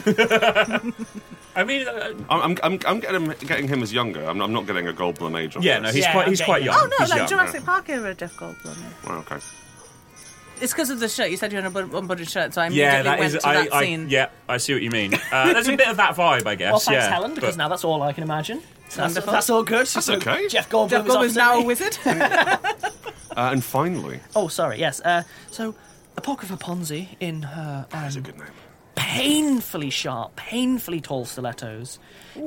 [SPEAKER 6] I mean, uh,
[SPEAKER 5] I'm, I'm, I'm, I'm getting, him, getting him as younger. I'm, I'm not getting a Goldblum age. on
[SPEAKER 6] yeah,
[SPEAKER 5] this.
[SPEAKER 6] no, he's
[SPEAKER 4] Yeah,
[SPEAKER 6] quite
[SPEAKER 4] I'm
[SPEAKER 6] he's
[SPEAKER 4] getting
[SPEAKER 6] quite
[SPEAKER 4] it.
[SPEAKER 6] young.
[SPEAKER 7] oh, no,
[SPEAKER 6] he's
[SPEAKER 7] like
[SPEAKER 6] young.
[SPEAKER 7] Jurassic Park era Jeff Goldblum.
[SPEAKER 5] Well, Oh, okay.
[SPEAKER 7] It's because of the shirt. You said you had an unbu- unbuttoned shirt, so I immediately
[SPEAKER 6] Yeah, that
[SPEAKER 7] went
[SPEAKER 6] is.
[SPEAKER 7] to
[SPEAKER 6] I,
[SPEAKER 7] that
[SPEAKER 6] I,
[SPEAKER 7] scene.
[SPEAKER 6] yeah, I see what you mean. Uh, there's a bit of that vibe, I guess.
[SPEAKER 4] well, thanks,
[SPEAKER 6] yeah,
[SPEAKER 4] Helen, because
[SPEAKER 6] but-
[SPEAKER 4] now that's all I can imagine. That's,
[SPEAKER 7] Wonderful.
[SPEAKER 4] that's all good.
[SPEAKER 5] That's okay.
[SPEAKER 4] Jeff Goldblum
[SPEAKER 7] Jeff
[SPEAKER 4] is off
[SPEAKER 7] Goldblum's
[SPEAKER 4] to-
[SPEAKER 7] now a wizard.
[SPEAKER 5] Uh, and finally,
[SPEAKER 4] Oh, sorry. Yes. Uh, so, Apocrypha Ponzi in her um,
[SPEAKER 5] that's a good name.
[SPEAKER 4] painfully sharp, painfully tall stilettos,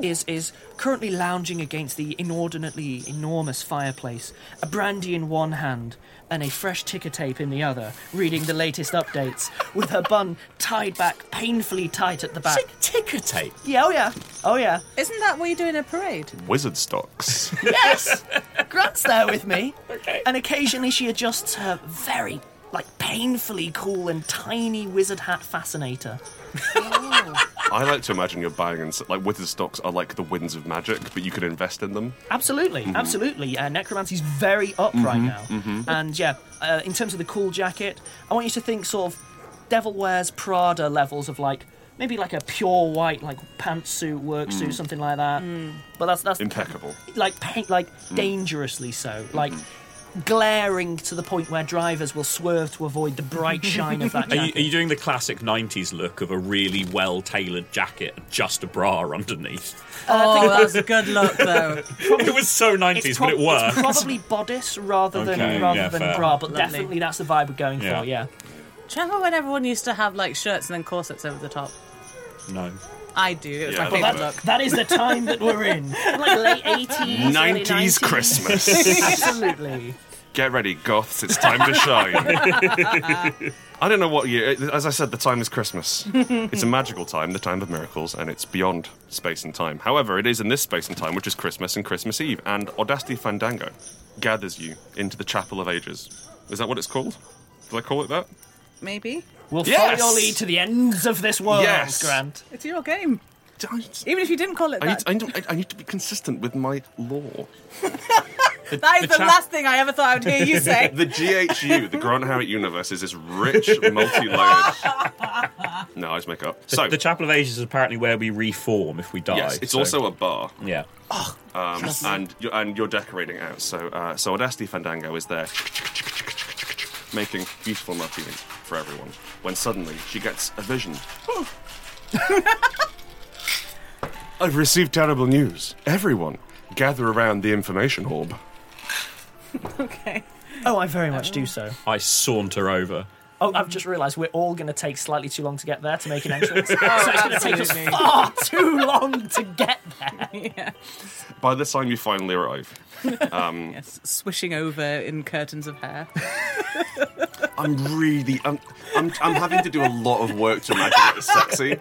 [SPEAKER 4] is is currently lounging against the inordinately enormous fireplace, a brandy in one hand and a fresh ticker tape in the other, reading the latest updates with her bun tied back painfully tight at the back.
[SPEAKER 6] ticker tape.
[SPEAKER 4] Yeah, oh yeah, oh yeah.
[SPEAKER 7] Isn't that what you do in a parade?
[SPEAKER 5] Wizard stocks.
[SPEAKER 4] Yes, Grant's there with me. Okay. And occasionally she adjusts her very, like, painfully cool and tiny wizard hat fascinator.
[SPEAKER 5] I like to imagine you're buying and s- like wizard stocks are like the winds of magic, but you could invest in them. Mm-hmm.
[SPEAKER 4] Absolutely, absolutely. Uh, necromancy's very up right now. And yeah, uh, in terms of the cool jacket, I want you to think sort of Devil Wears Prada levels of like maybe like a pure white like pantsuit, work
[SPEAKER 6] Mm.
[SPEAKER 4] suit, something like that. But that's that's
[SPEAKER 5] Impeccable. Mm.
[SPEAKER 4] like paint like dangerously so like glaring to the point where drivers will swerve to avoid the bright shine of that
[SPEAKER 6] Are you,
[SPEAKER 4] jacket.
[SPEAKER 6] are you doing the classic '90s look of a really well-tailored jacket and just a bra underneath?
[SPEAKER 7] Oh, that's a good look, though.
[SPEAKER 6] it was so '90s, but it
[SPEAKER 4] prob-
[SPEAKER 6] worked.
[SPEAKER 4] it's probably bodice rather than
[SPEAKER 6] Okay,
[SPEAKER 4] rather
[SPEAKER 6] yeah,
[SPEAKER 4] than
[SPEAKER 6] fair.
[SPEAKER 4] bra, but definitely that's the vibe we're going
[SPEAKER 6] Yeah.
[SPEAKER 4] for. Yeah,
[SPEAKER 7] Trevor, when everyone used to have like shirts and then corsets over the top,
[SPEAKER 6] no.
[SPEAKER 7] I do. It was
[SPEAKER 5] Yeah,
[SPEAKER 7] my
[SPEAKER 5] I love
[SPEAKER 7] favorite
[SPEAKER 5] it.
[SPEAKER 7] look.
[SPEAKER 4] that is the time that we're in, like late eighties,
[SPEAKER 5] Nineties Christmas.
[SPEAKER 4] Absolutely.
[SPEAKER 5] Get ready, goths! It's time to shine. I don't know what year. As I said, the time is Christmas. It's a magical time, the time of miracles, and it's beyond space and time. However, it is in this space and time, which is Christmas and Christmas Eve, and Audacity Fandango gathers you into the Chapel of Ages. Is that what it's called? Did I call it that?
[SPEAKER 7] Maybe
[SPEAKER 4] We'll follow
[SPEAKER 5] Yes!
[SPEAKER 4] your lead to the ends of this world,
[SPEAKER 5] Yes!
[SPEAKER 4] Grant.
[SPEAKER 7] it's your game.
[SPEAKER 5] I need,
[SPEAKER 7] Even if you didn't call it
[SPEAKER 5] I need,
[SPEAKER 7] that,
[SPEAKER 5] I need, I need to be consistent with my law.
[SPEAKER 7] that is the
[SPEAKER 6] chap-
[SPEAKER 7] last thing I ever thought I would hear you say.
[SPEAKER 5] The GHU, the Grant Harriet universe, is this rich, multi-layered. no, I just make it up.
[SPEAKER 6] The,
[SPEAKER 5] So
[SPEAKER 6] the Chapel of Ages is apparently where we reform if we die.
[SPEAKER 5] yes, it's
[SPEAKER 6] so-
[SPEAKER 5] also a bar.
[SPEAKER 6] yeah.
[SPEAKER 5] um, and you're, and you're decorating it out. So uh, so Audacity Fandango is there, making beautiful martinis for everyone. When suddenly she gets a vision. I've received terrible news. Everyone, gather around the information orb.
[SPEAKER 7] okay.
[SPEAKER 4] Oh, I very much do so.
[SPEAKER 6] I saunter over.
[SPEAKER 4] Oh, I've just realised we're all going to take slightly too long to get there to make an
[SPEAKER 7] Oh,
[SPEAKER 4] entrance. so it's going to take us far too long to get there.
[SPEAKER 5] By the time you finally arrive, um,
[SPEAKER 7] Yes, swishing over in curtains of hair.
[SPEAKER 5] I'm really, I'm, I'm, I'm having to do a lot of work to imagine it's sexy.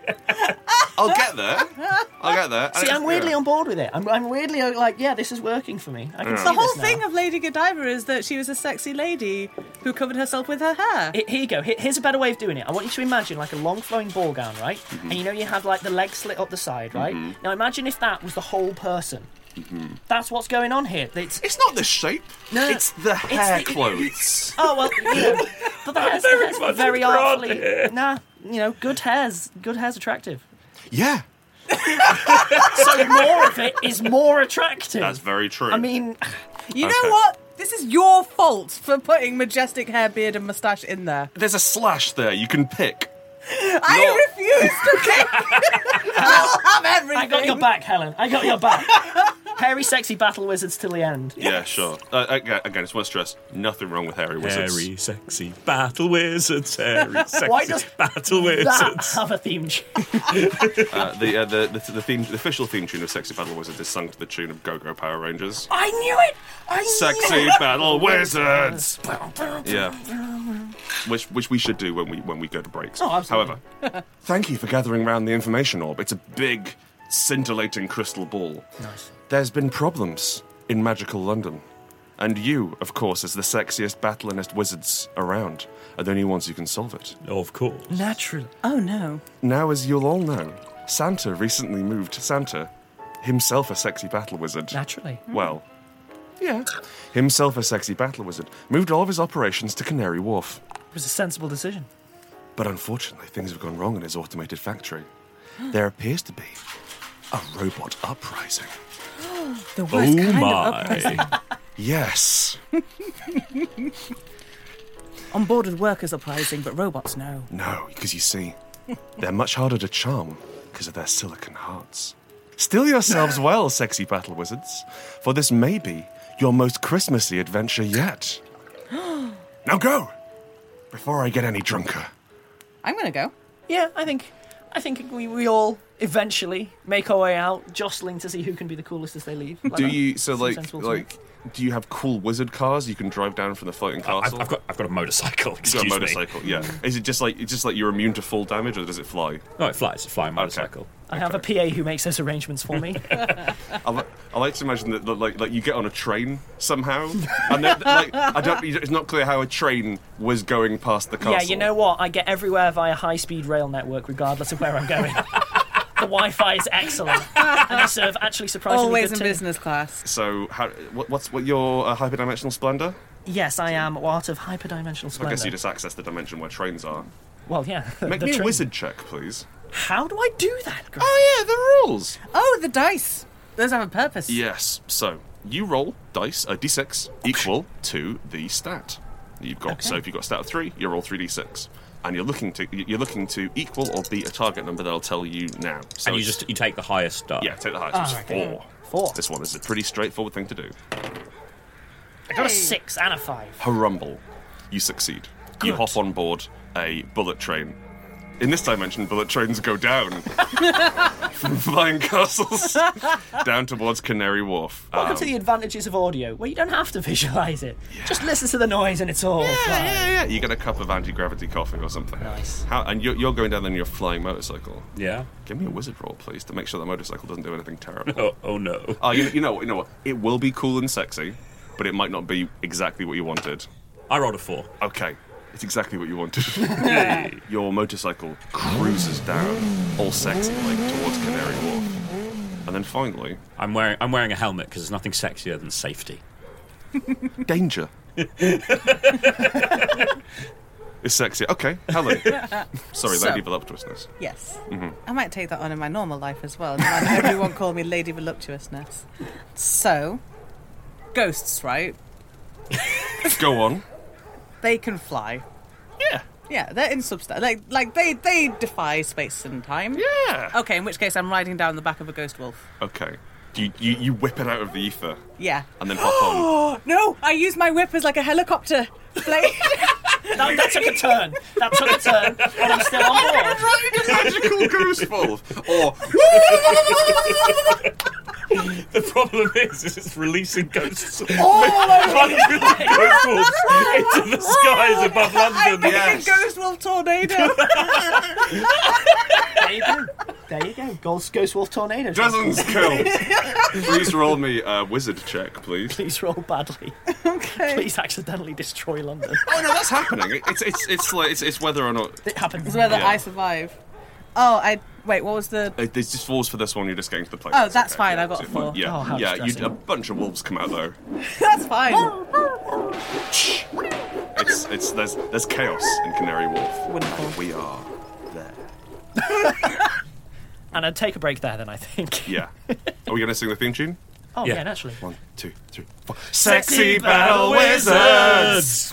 [SPEAKER 5] I'll get there. I'll get there.
[SPEAKER 4] See, I'm weirdly on board with it. I'm, I'm weirdly uh, like, yeah, this is working for me. I can see
[SPEAKER 7] The whole
[SPEAKER 4] this now.
[SPEAKER 7] thing of Lady Godiva is that she was a sexy lady who covered herself with her hair.
[SPEAKER 4] Here- Here you go. Here- Here's a better way of doing it. I want you to imagine like a long flowing ball gown, right?
[SPEAKER 5] Mm-hmm.
[SPEAKER 4] And you know you have like the leg slit up the side, right? Now imagine if that was the whole person. That's what's going on here. It's
[SPEAKER 5] Mm-hmm. It's not the shape.
[SPEAKER 4] No,
[SPEAKER 5] it's the
[SPEAKER 4] it's
[SPEAKER 5] hair
[SPEAKER 4] the-
[SPEAKER 5] clothes.
[SPEAKER 4] oh well, you know, but the hair's, the hair's very artfully. Nah, you know, good hair's good hair's attractive.
[SPEAKER 5] yeah,
[SPEAKER 4] So more of it is more attractive.
[SPEAKER 5] that's very true.
[SPEAKER 4] I mean,
[SPEAKER 7] You
[SPEAKER 5] Okay.
[SPEAKER 7] know what? This is your fault for putting majestic hair, beard, and moustache in there.
[SPEAKER 5] There's a slash there you can pick. You're-
[SPEAKER 7] I refuse to pick. I'll have everything.
[SPEAKER 4] I got your back, Helen. I got your back. Hairy, sexy battle wizards till the end.
[SPEAKER 5] Yeah, sure. Uh, again, again, it's worth stress. Nothing wrong with hairy wizards.
[SPEAKER 6] Hairy, sexy battle wizards. Hairy, sexy
[SPEAKER 4] Why does
[SPEAKER 6] battle
[SPEAKER 4] That
[SPEAKER 6] wizards.
[SPEAKER 4] have a theme tune.
[SPEAKER 5] Uh, the, uh, the the the theme, the official theme tune of Sexy Battle Wizards is sung to the tune of Go Go Power Rangers.
[SPEAKER 4] I knew it. I
[SPEAKER 5] Sexy
[SPEAKER 4] knew it.
[SPEAKER 5] Battle Wizards. yeah. Which which we should do when we when we go to breaks.
[SPEAKER 4] Oh, absolutely.
[SPEAKER 5] However, thank you for gathering around the information orb. It's a big, scintillating crystal ball. Nice. There's been problems in magical London. And you, of course, as the sexiest battlinist wizards around, are the only ones who can solve it.
[SPEAKER 6] Of course.
[SPEAKER 4] Naturally.
[SPEAKER 2] Oh no.
[SPEAKER 5] Now, as you'll all know, Santa recently moved Santa, himself a sexy battle wizard.
[SPEAKER 4] Naturally. Hmm.
[SPEAKER 5] Well, yeah. Himself a sexy battle wizard, moved all of his operations to Canary Wharf.
[SPEAKER 4] It was a sensible decision.
[SPEAKER 5] But unfortunately, things have gone wrong in his automated factory. There appears to be a robot uprising.
[SPEAKER 2] The worst
[SPEAKER 5] Oh
[SPEAKER 2] kind
[SPEAKER 5] my.
[SPEAKER 2] of uprising.
[SPEAKER 5] Yes.
[SPEAKER 2] On board with workers uprising, but robots no.
[SPEAKER 5] No, because you see, they're much harder to charm because of their silicon hearts. Still yourselves well, sexy battle wizards, for this may be your most Christmassy adventure yet. now go! Before I get any drunker.
[SPEAKER 2] I'm gonna go.
[SPEAKER 4] Yeah, I think, I think we, we all eventually make our way out, jostling to see who can be the coolest as they leave. Like
[SPEAKER 5] Do
[SPEAKER 4] that
[SPEAKER 5] you so
[SPEAKER 4] seems
[SPEAKER 5] like
[SPEAKER 4] sensible to me.
[SPEAKER 5] like do you have cool wizard cars you can drive down from the floating
[SPEAKER 6] I- I've,
[SPEAKER 5] castle?
[SPEAKER 6] I've got I've got a motorcycle.
[SPEAKER 5] You've got
[SPEAKER 6] Excuse
[SPEAKER 5] a motorcycle,
[SPEAKER 6] me.
[SPEAKER 5] yeah. Is it just like it's just like you're immune to full damage or does it fly?
[SPEAKER 6] No, it flies. It's a flying motorcycle.
[SPEAKER 4] I have a PA who makes those arrangements for me.
[SPEAKER 5] I, li- I like to imagine that, that, like like you get on a train somehow, and then, like I don't. It's not clear how a train was going past the castle.
[SPEAKER 4] Yeah, you know what? I get everywhere via high-speed rail network, regardless of where I'm going. the Wi-Fi is excellent, and I serve actually surprisingly
[SPEAKER 2] Always
[SPEAKER 4] good
[SPEAKER 2] in
[SPEAKER 4] tea.
[SPEAKER 2] business class.
[SPEAKER 5] So how, what, what's what your uh, hyperdimensional splendor?
[SPEAKER 4] Yes, I am. What of hyperdimensional
[SPEAKER 5] I
[SPEAKER 4] splendor?
[SPEAKER 5] guess you just access the dimension where trains are.
[SPEAKER 4] Well, yeah.
[SPEAKER 5] Make
[SPEAKER 4] the
[SPEAKER 5] me a
[SPEAKER 4] train.
[SPEAKER 5] wizard check, please.
[SPEAKER 4] How do I do that? Grant?
[SPEAKER 5] Oh yeah, the rules.
[SPEAKER 2] Oh, the dice. Those have a purpose.
[SPEAKER 5] Yes. So you roll dice a d6 equal to the stat that you've got. So if you've got a stat of three, you roll three d6, and you're looking to you're looking to equal or beat a target number that I'll tell you now. So
[SPEAKER 6] And you
[SPEAKER 5] it's-
[SPEAKER 6] just you take the highest star.
[SPEAKER 5] Yeah, take the highest.
[SPEAKER 4] Oh,
[SPEAKER 5] it's
[SPEAKER 4] okay.
[SPEAKER 5] four.
[SPEAKER 4] Four.
[SPEAKER 5] This one is a pretty straightforward thing to do.
[SPEAKER 4] I got a six and a five.
[SPEAKER 5] Harumble. You succeed. You
[SPEAKER 4] Good.
[SPEAKER 5] hop on board a bullet train. In this dimension, bullet trains go down from flying castles down towards Canary Wharf.
[SPEAKER 4] Welcome
[SPEAKER 5] Um,
[SPEAKER 4] to the advantages of audio, where you don't have to visualize it. Just listen to the noise, and it's all fine.
[SPEAKER 5] yeah, yeah. You get a cup of anti gravity coffee or something.
[SPEAKER 4] Nice.
[SPEAKER 5] How, and you're, you're going down on your flying motorcycle.
[SPEAKER 6] Yeah.
[SPEAKER 5] Give me a wizard roll, please, to make sure that motorcycle doesn't do anything terrible.
[SPEAKER 6] Oh, oh no.
[SPEAKER 5] Oh, you, you know what? You know what? It will be cool and sexy, but it might not be exactly what you wanted.
[SPEAKER 6] I rolled a four.
[SPEAKER 5] Okay, it's exactly what you wanted. Your motorcycle cruises down, all sexy like, towards Canary Wharf. And then finally,
[SPEAKER 6] I'm wearing I'm wearing a helmet because there's nothing sexier than safety.
[SPEAKER 5] danger. It's sexy. Okay, hello. Sorry,
[SPEAKER 2] So-
[SPEAKER 5] Lady Voluptuousness.
[SPEAKER 2] Yes.
[SPEAKER 5] Mm-hmm.
[SPEAKER 2] I might take that on in my normal life as well. And have everyone call me Lady Voluptuousness. So, ghosts, right?
[SPEAKER 5] Go on.
[SPEAKER 2] They can fly.
[SPEAKER 5] Yeah.
[SPEAKER 2] Yeah, they're in substance. Like, like they they defy space and time.
[SPEAKER 5] Yeah.
[SPEAKER 2] Okay, in which case I'm riding down the back of a ghost wolf.
[SPEAKER 5] Okay. You, you, you whip it out of the ether
[SPEAKER 2] Yeah.
[SPEAKER 5] and then hop on.
[SPEAKER 2] Oh no! I use my whip as like a helicopter blade.
[SPEAKER 4] That, that took a turn. That took a turn, and I'm still on board.
[SPEAKER 5] Magical ghost wolf! Or
[SPEAKER 6] The problem is, is it's releasing
[SPEAKER 2] Oh,
[SPEAKER 6] ghosts. ghost wolves into the skies above London.
[SPEAKER 5] Yes.
[SPEAKER 2] a ghost wolf tornado.
[SPEAKER 4] There you go. There you go. Ghost, ghost wolf tornado.
[SPEAKER 5] dozens killed. Please roll me a wizard check, please.
[SPEAKER 4] Please roll badly.
[SPEAKER 2] okay.
[SPEAKER 4] Please accidentally destroy London.
[SPEAKER 5] Oh no, that's happening. It- It's it's it's like it's, it's whether or not
[SPEAKER 4] It happens.
[SPEAKER 2] It's whether
[SPEAKER 5] Yeah. Uh,
[SPEAKER 2] I survive. Oh, I wait. What was the?
[SPEAKER 5] it, it just falls for this one. You're just getting to the play.
[SPEAKER 2] Oh, that's fine, I got
[SPEAKER 5] it's
[SPEAKER 2] four.
[SPEAKER 5] fine. Yeah,
[SPEAKER 4] Oh, how
[SPEAKER 5] yeah. You,
[SPEAKER 4] distressing.
[SPEAKER 5] a bunch of wolves come out though.
[SPEAKER 2] That's fine.
[SPEAKER 5] It's it's there's there's chaos in Canary Wharf.
[SPEAKER 2] Wonderful.
[SPEAKER 5] We are there.
[SPEAKER 4] And I'd take a break there then, I think.
[SPEAKER 5] Yeah. Are we gonna sing the theme tune?
[SPEAKER 4] Oh,
[SPEAKER 6] Yeah.
[SPEAKER 4] yeah, naturally.
[SPEAKER 5] One, two, three, four.
[SPEAKER 4] Sexy battle
[SPEAKER 5] wizards.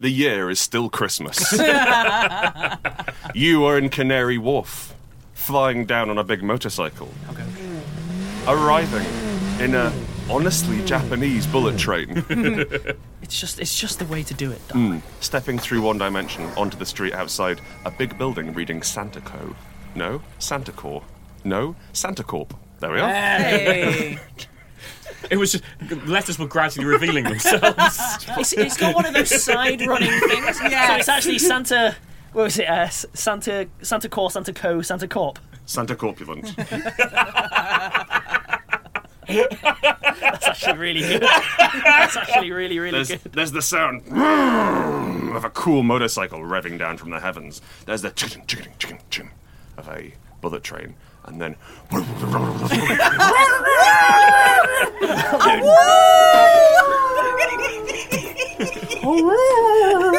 [SPEAKER 5] The year is still Christmas. you are in Canary Wharf, flying down on a big motorcycle. Arriving in a honestly Japanese bullet train.
[SPEAKER 4] It's just it's just the way to do it.
[SPEAKER 5] Mm. Stepping through one dimension onto the street outside a big building reading Santa Co. No, Santa Corp. No, Santa Corp. There we are.
[SPEAKER 6] Hey. It was just letters were gradually revealing themselves.
[SPEAKER 4] It's, it's got one of those side running things.
[SPEAKER 6] Yes.
[SPEAKER 4] So it's actually Santa. What was it? Uh, S- Santa Santa Cor, Santa Co, Santa Corp.
[SPEAKER 5] Santa Corpulent.
[SPEAKER 4] That's actually really good. That's actually really really
[SPEAKER 5] There's,
[SPEAKER 4] good.
[SPEAKER 5] there's the sound of a cool motorcycle revving down from the heavens. There's the chicken, chicken, chicken, chicken of a bullet train. And then.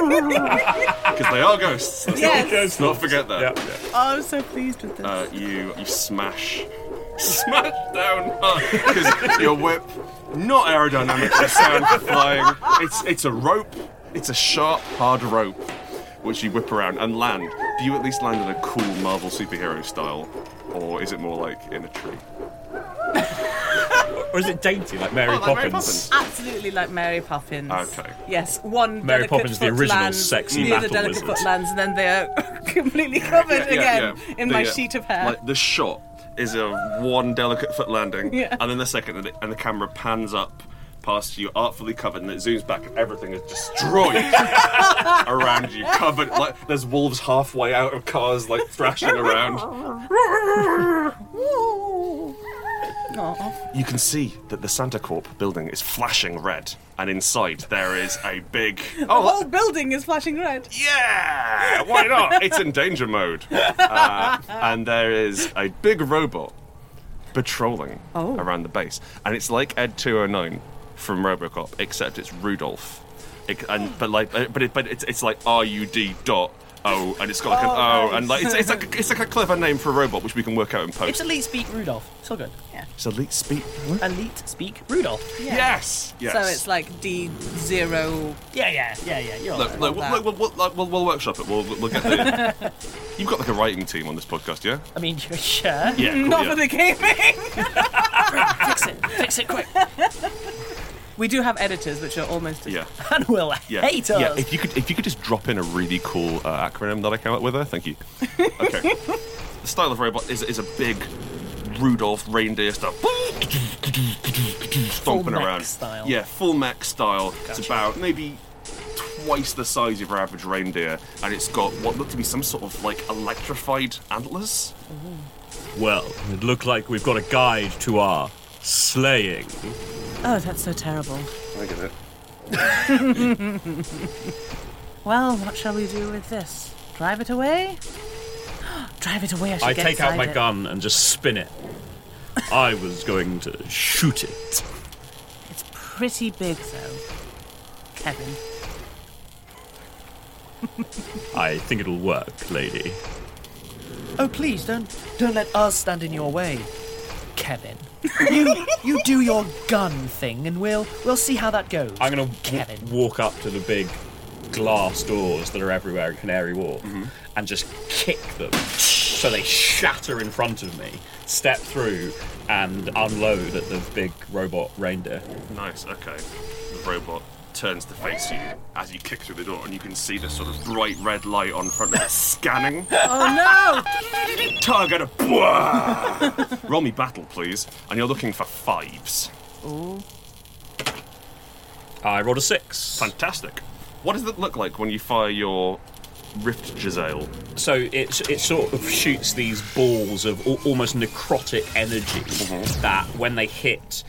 [SPEAKER 5] Because they are ghosts. Let's
[SPEAKER 7] Yes.
[SPEAKER 5] not, let's not forget that.
[SPEAKER 7] Oh, I'm so pleased with this.
[SPEAKER 5] Uh, you, you smash. Smash down because your whip, not aerodynamic, the sound for flying. It's it's a rope. It's a sharp, hard rope, which you whip around and land. Do you at least land in a cool Marvel superhero style, or is it more like in a tree?
[SPEAKER 6] or is it dainty like Mary
[SPEAKER 7] Oh, like Mary
[SPEAKER 6] Poppins?
[SPEAKER 7] Absolutely like Mary Poppins.
[SPEAKER 6] Okay.
[SPEAKER 7] Yes, one.
[SPEAKER 6] Mary
[SPEAKER 7] delicate
[SPEAKER 6] Poppins, the
[SPEAKER 7] foot
[SPEAKER 6] original
[SPEAKER 7] lands,
[SPEAKER 6] sexy
[SPEAKER 7] the other
[SPEAKER 6] battle
[SPEAKER 7] delicate
[SPEAKER 6] wizard.
[SPEAKER 7] foot lands, and then they are completely covered
[SPEAKER 5] Yeah, yeah,
[SPEAKER 7] again
[SPEAKER 5] yeah.
[SPEAKER 7] in
[SPEAKER 5] The,
[SPEAKER 7] my
[SPEAKER 5] uh,
[SPEAKER 7] sheet of hair.
[SPEAKER 5] Like the shot is a one delicate foot landing,
[SPEAKER 7] Yeah.
[SPEAKER 5] and then the second, and the, and the camera pans up past you, artfully covered, and it zooms back, and everything is destroyed around you, covered. Like there's wolves halfway out of cars, like thrashing around.
[SPEAKER 7] Aw.
[SPEAKER 5] You can see that the Santa Corp building is flashing red, and inside there is a big.
[SPEAKER 7] The
[SPEAKER 5] Oh,
[SPEAKER 7] whole building is flashing red.
[SPEAKER 5] Yeah, why not? It's in danger mode. Uh, and there is a big robot patrolling around the base. And it's like Ed 209 from Robocop, except it's Rudolph. It, and, but like, uh, but it, but it's, it's like R U D dot O, and it's got like an
[SPEAKER 4] Oh,
[SPEAKER 5] O,
[SPEAKER 4] right.
[SPEAKER 5] and like it's, it's like a, it's like a clever name for a robot, which we can work out in
[SPEAKER 4] It's
[SPEAKER 5] post.
[SPEAKER 4] elite speak Rudolph. It's all good. Yeah.
[SPEAKER 5] It's elite speak.
[SPEAKER 4] Elite speak Rudolph.
[SPEAKER 5] Yes. Yes.
[SPEAKER 7] So it's like D zero.
[SPEAKER 4] Yeah, yeah, yeah, yeah. You're
[SPEAKER 5] Look, look, look, we'll, we'll, we'll, we'll workshop it. We'll, we'll get the. You've got like a writing team on this podcast, yeah?
[SPEAKER 4] I mean, sure.
[SPEAKER 5] Yeah, cool,
[SPEAKER 7] Not
[SPEAKER 5] yeah.
[SPEAKER 7] for the gaming.
[SPEAKER 4] fix it, fix it quick.
[SPEAKER 7] We do have editors, which are almost as
[SPEAKER 5] Yeah.
[SPEAKER 4] And will
[SPEAKER 5] Yeah.
[SPEAKER 4] hate us.
[SPEAKER 5] Yeah, if you could if you could just drop in a really cool uh, acronym that I came up with there, thank you. Okay. the style of robot is is a big Rudolph reindeer stuff. Stomping
[SPEAKER 4] mech
[SPEAKER 5] around.
[SPEAKER 4] style.
[SPEAKER 5] Yeah, full mech style. It's about maybe twice the size of your average reindeer, and it's got what looked to be some sort of like electrified antlers.
[SPEAKER 6] Well, it looked like we've got a guide to our slaying.
[SPEAKER 2] Oh, that's so terrible.
[SPEAKER 5] Look at it.
[SPEAKER 2] well, what shall we do with this? Drive it away? Drive it away. I, should
[SPEAKER 6] I
[SPEAKER 2] get
[SPEAKER 6] take out
[SPEAKER 2] inside
[SPEAKER 6] my
[SPEAKER 2] it.
[SPEAKER 6] gun and just spin it. I was going to shoot it.
[SPEAKER 2] Pretty big, though. Kevin.
[SPEAKER 6] I think it'll work, lady.
[SPEAKER 4] Oh, please don't don't let us stand in your way, Kevin. you you do your gun thing, and we'll we'll see how that goes.
[SPEAKER 6] I'm going to walk up to the big glass doors that are everywhere at Canary Wharf and just kick them so they shatter in front of me, step through, and unload at the big robot reindeer.
[SPEAKER 5] Nice. Okay. The robot turns to face you as you kick through the door, and you can see the sort of bright red light on front of it scanning.
[SPEAKER 2] Oh
[SPEAKER 5] Target. Bwah! Roll me battle, please, and you're looking for fives.
[SPEAKER 2] no! Ooh.
[SPEAKER 6] I rolled a six.
[SPEAKER 5] Fantastic. What does it look like when you fire your Rift Giselle?
[SPEAKER 6] So it's it sort of shoots these balls of al- almost necrotic energy that when they hit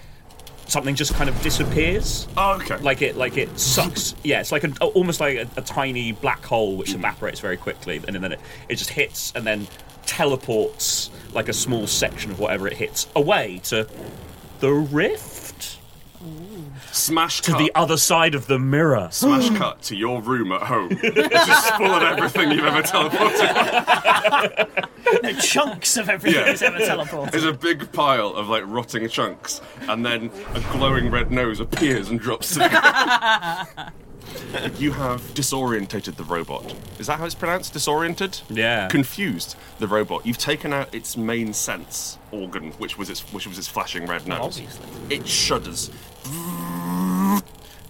[SPEAKER 6] something just kind of disappears.
[SPEAKER 5] Oh, okay.
[SPEAKER 6] Like it like it sucks. yeah, it's like an, almost like a, a tiny black hole which evaporates very quickly and then it, it just hits and then teleports like a small section of whatever it hits away to the rift
[SPEAKER 5] smash
[SPEAKER 6] to the other side of the mirror.
[SPEAKER 5] Smash cut to your room at home, just full of everything you've ever teleported.
[SPEAKER 4] no chunks of everything that's ever teleported.
[SPEAKER 5] There's a big pile of like rotting chunks, and then a glowing red nose appears and drops to the You have disorientated the robot. Is that how it's pronounced? Disoriented?
[SPEAKER 6] Yeah.
[SPEAKER 5] Confused the robot. You've taken out its main sense organ, which was its which was its flashing red nose. Obviously. It shudders.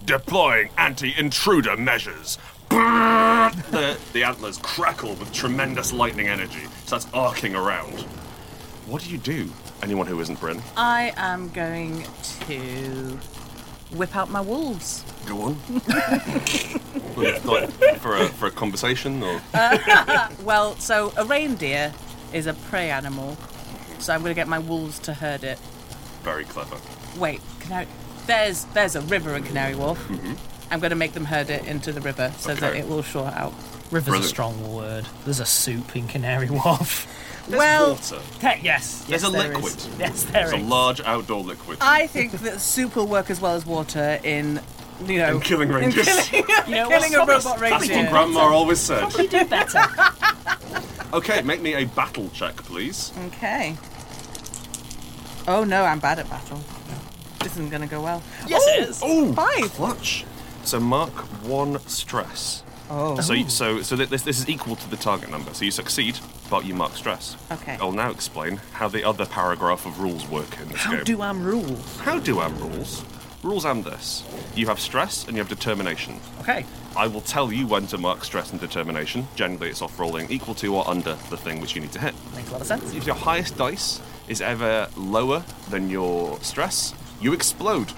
[SPEAKER 5] Deploying anti-intruder measures. The, the antlers crackle with tremendous lightning energy, starts arcing around. What do you do? Anyone who isn't Bryn,
[SPEAKER 2] I am going to whip out my wolves.
[SPEAKER 5] go on. Like, for a for a conversation or
[SPEAKER 2] Uh, well, so a reindeer is a prey animal, so I'm going to get my wolves to herd it.
[SPEAKER 5] very clever.
[SPEAKER 2] Wait, Canary. There's there's a river in Canary Wharf.
[SPEAKER 5] Mhm.
[SPEAKER 2] I'm going to make them herd it into the river so that
[SPEAKER 4] Okay.
[SPEAKER 2] it will short out.
[SPEAKER 4] River's a strong word. There's a soup in Canary Wharf.
[SPEAKER 2] well,
[SPEAKER 4] Heck, yes.
[SPEAKER 5] There's
[SPEAKER 4] yes,
[SPEAKER 5] a
[SPEAKER 4] there is.
[SPEAKER 5] liquid.
[SPEAKER 4] Yes, there
[SPEAKER 5] There's a
[SPEAKER 4] is.
[SPEAKER 5] large outdoor liquid.
[SPEAKER 2] I think that soup will work as well as water in, you know,
[SPEAKER 5] In killing rangers.
[SPEAKER 2] killing,
[SPEAKER 4] You know
[SPEAKER 2] killing a
[SPEAKER 4] what?
[SPEAKER 2] robot
[SPEAKER 4] Probably-
[SPEAKER 5] That's
[SPEAKER 2] reindeer.
[SPEAKER 5] what Grandma always said.
[SPEAKER 4] Probably do better.
[SPEAKER 5] Okay, make me a battle check, please.
[SPEAKER 2] Okay. Oh no, I'm bad at battle. This isn't going to go well.
[SPEAKER 4] Yes,
[SPEAKER 2] oh,
[SPEAKER 4] it is.
[SPEAKER 5] Oh,
[SPEAKER 2] five.
[SPEAKER 5] clutch. So mark one stress.
[SPEAKER 2] Oh.
[SPEAKER 5] So you- so so th- this this is equal to the target number. So you succeed, but you mark stress.
[SPEAKER 2] Okay.
[SPEAKER 5] I'll now explain how the other paragraph of rules work in this
[SPEAKER 4] How
[SPEAKER 5] game.
[SPEAKER 4] do am rules?
[SPEAKER 5] How do am rules? Rules am this. You have stress and you have determination.
[SPEAKER 4] Okay.
[SPEAKER 5] I will tell you when to mark stress and determination. Generally, it's off rolling equal to or under the thing which you need to hit.
[SPEAKER 4] Makes a lot of sense.
[SPEAKER 5] If your highest dice is ever lower than your stress, you explode.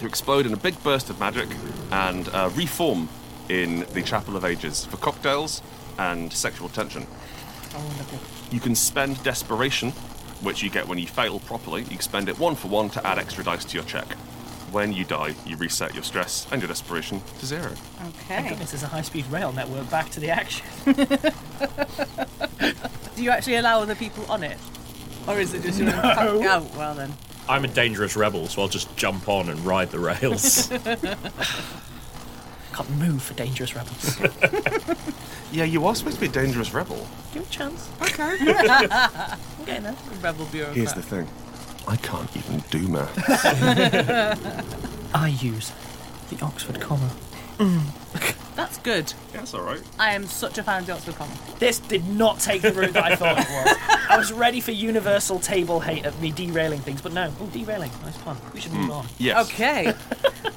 [SPEAKER 5] You explode in a big burst of magic and uh, reform in the Chapel of Ages for cocktails and sexual tension.
[SPEAKER 2] Oh, lovely.
[SPEAKER 5] You can spend desperation, which you get when you fail properly. You can spend it one for one to add extra dice to your check. When you die, you reset your stress and your desperation to zero.
[SPEAKER 2] Okay.
[SPEAKER 4] Goodness, there's a high-speed rail network back to the action.
[SPEAKER 2] Do you actually allow other people on it? Or is it just your
[SPEAKER 6] No.
[SPEAKER 2] own fuck- Oh, well then.
[SPEAKER 6] I'm a dangerous rebel, so I'll just jump on and ride the rails.
[SPEAKER 4] Can't move for dangerous rebels.
[SPEAKER 5] Yeah, you are supposed to be a dangerous rebel.
[SPEAKER 4] Give it a chance.
[SPEAKER 2] Okay. I'm getting there. Rebel Bureau.
[SPEAKER 5] Here's the thing I can't even do math.
[SPEAKER 4] I use the Oxford comma.
[SPEAKER 2] That's good.
[SPEAKER 5] That's all right.
[SPEAKER 2] I am such a fan of the Oxford Common.
[SPEAKER 4] This did not take the route that I thought it was. I was ready for universal table hate of me derailing things, but no. Oh, derailing. Nice pun. We should
[SPEAKER 5] Hmm.
[SPEAKER 4] move on.
[SPEAKER 5] Yes.
[SPEAKER 2] Okay.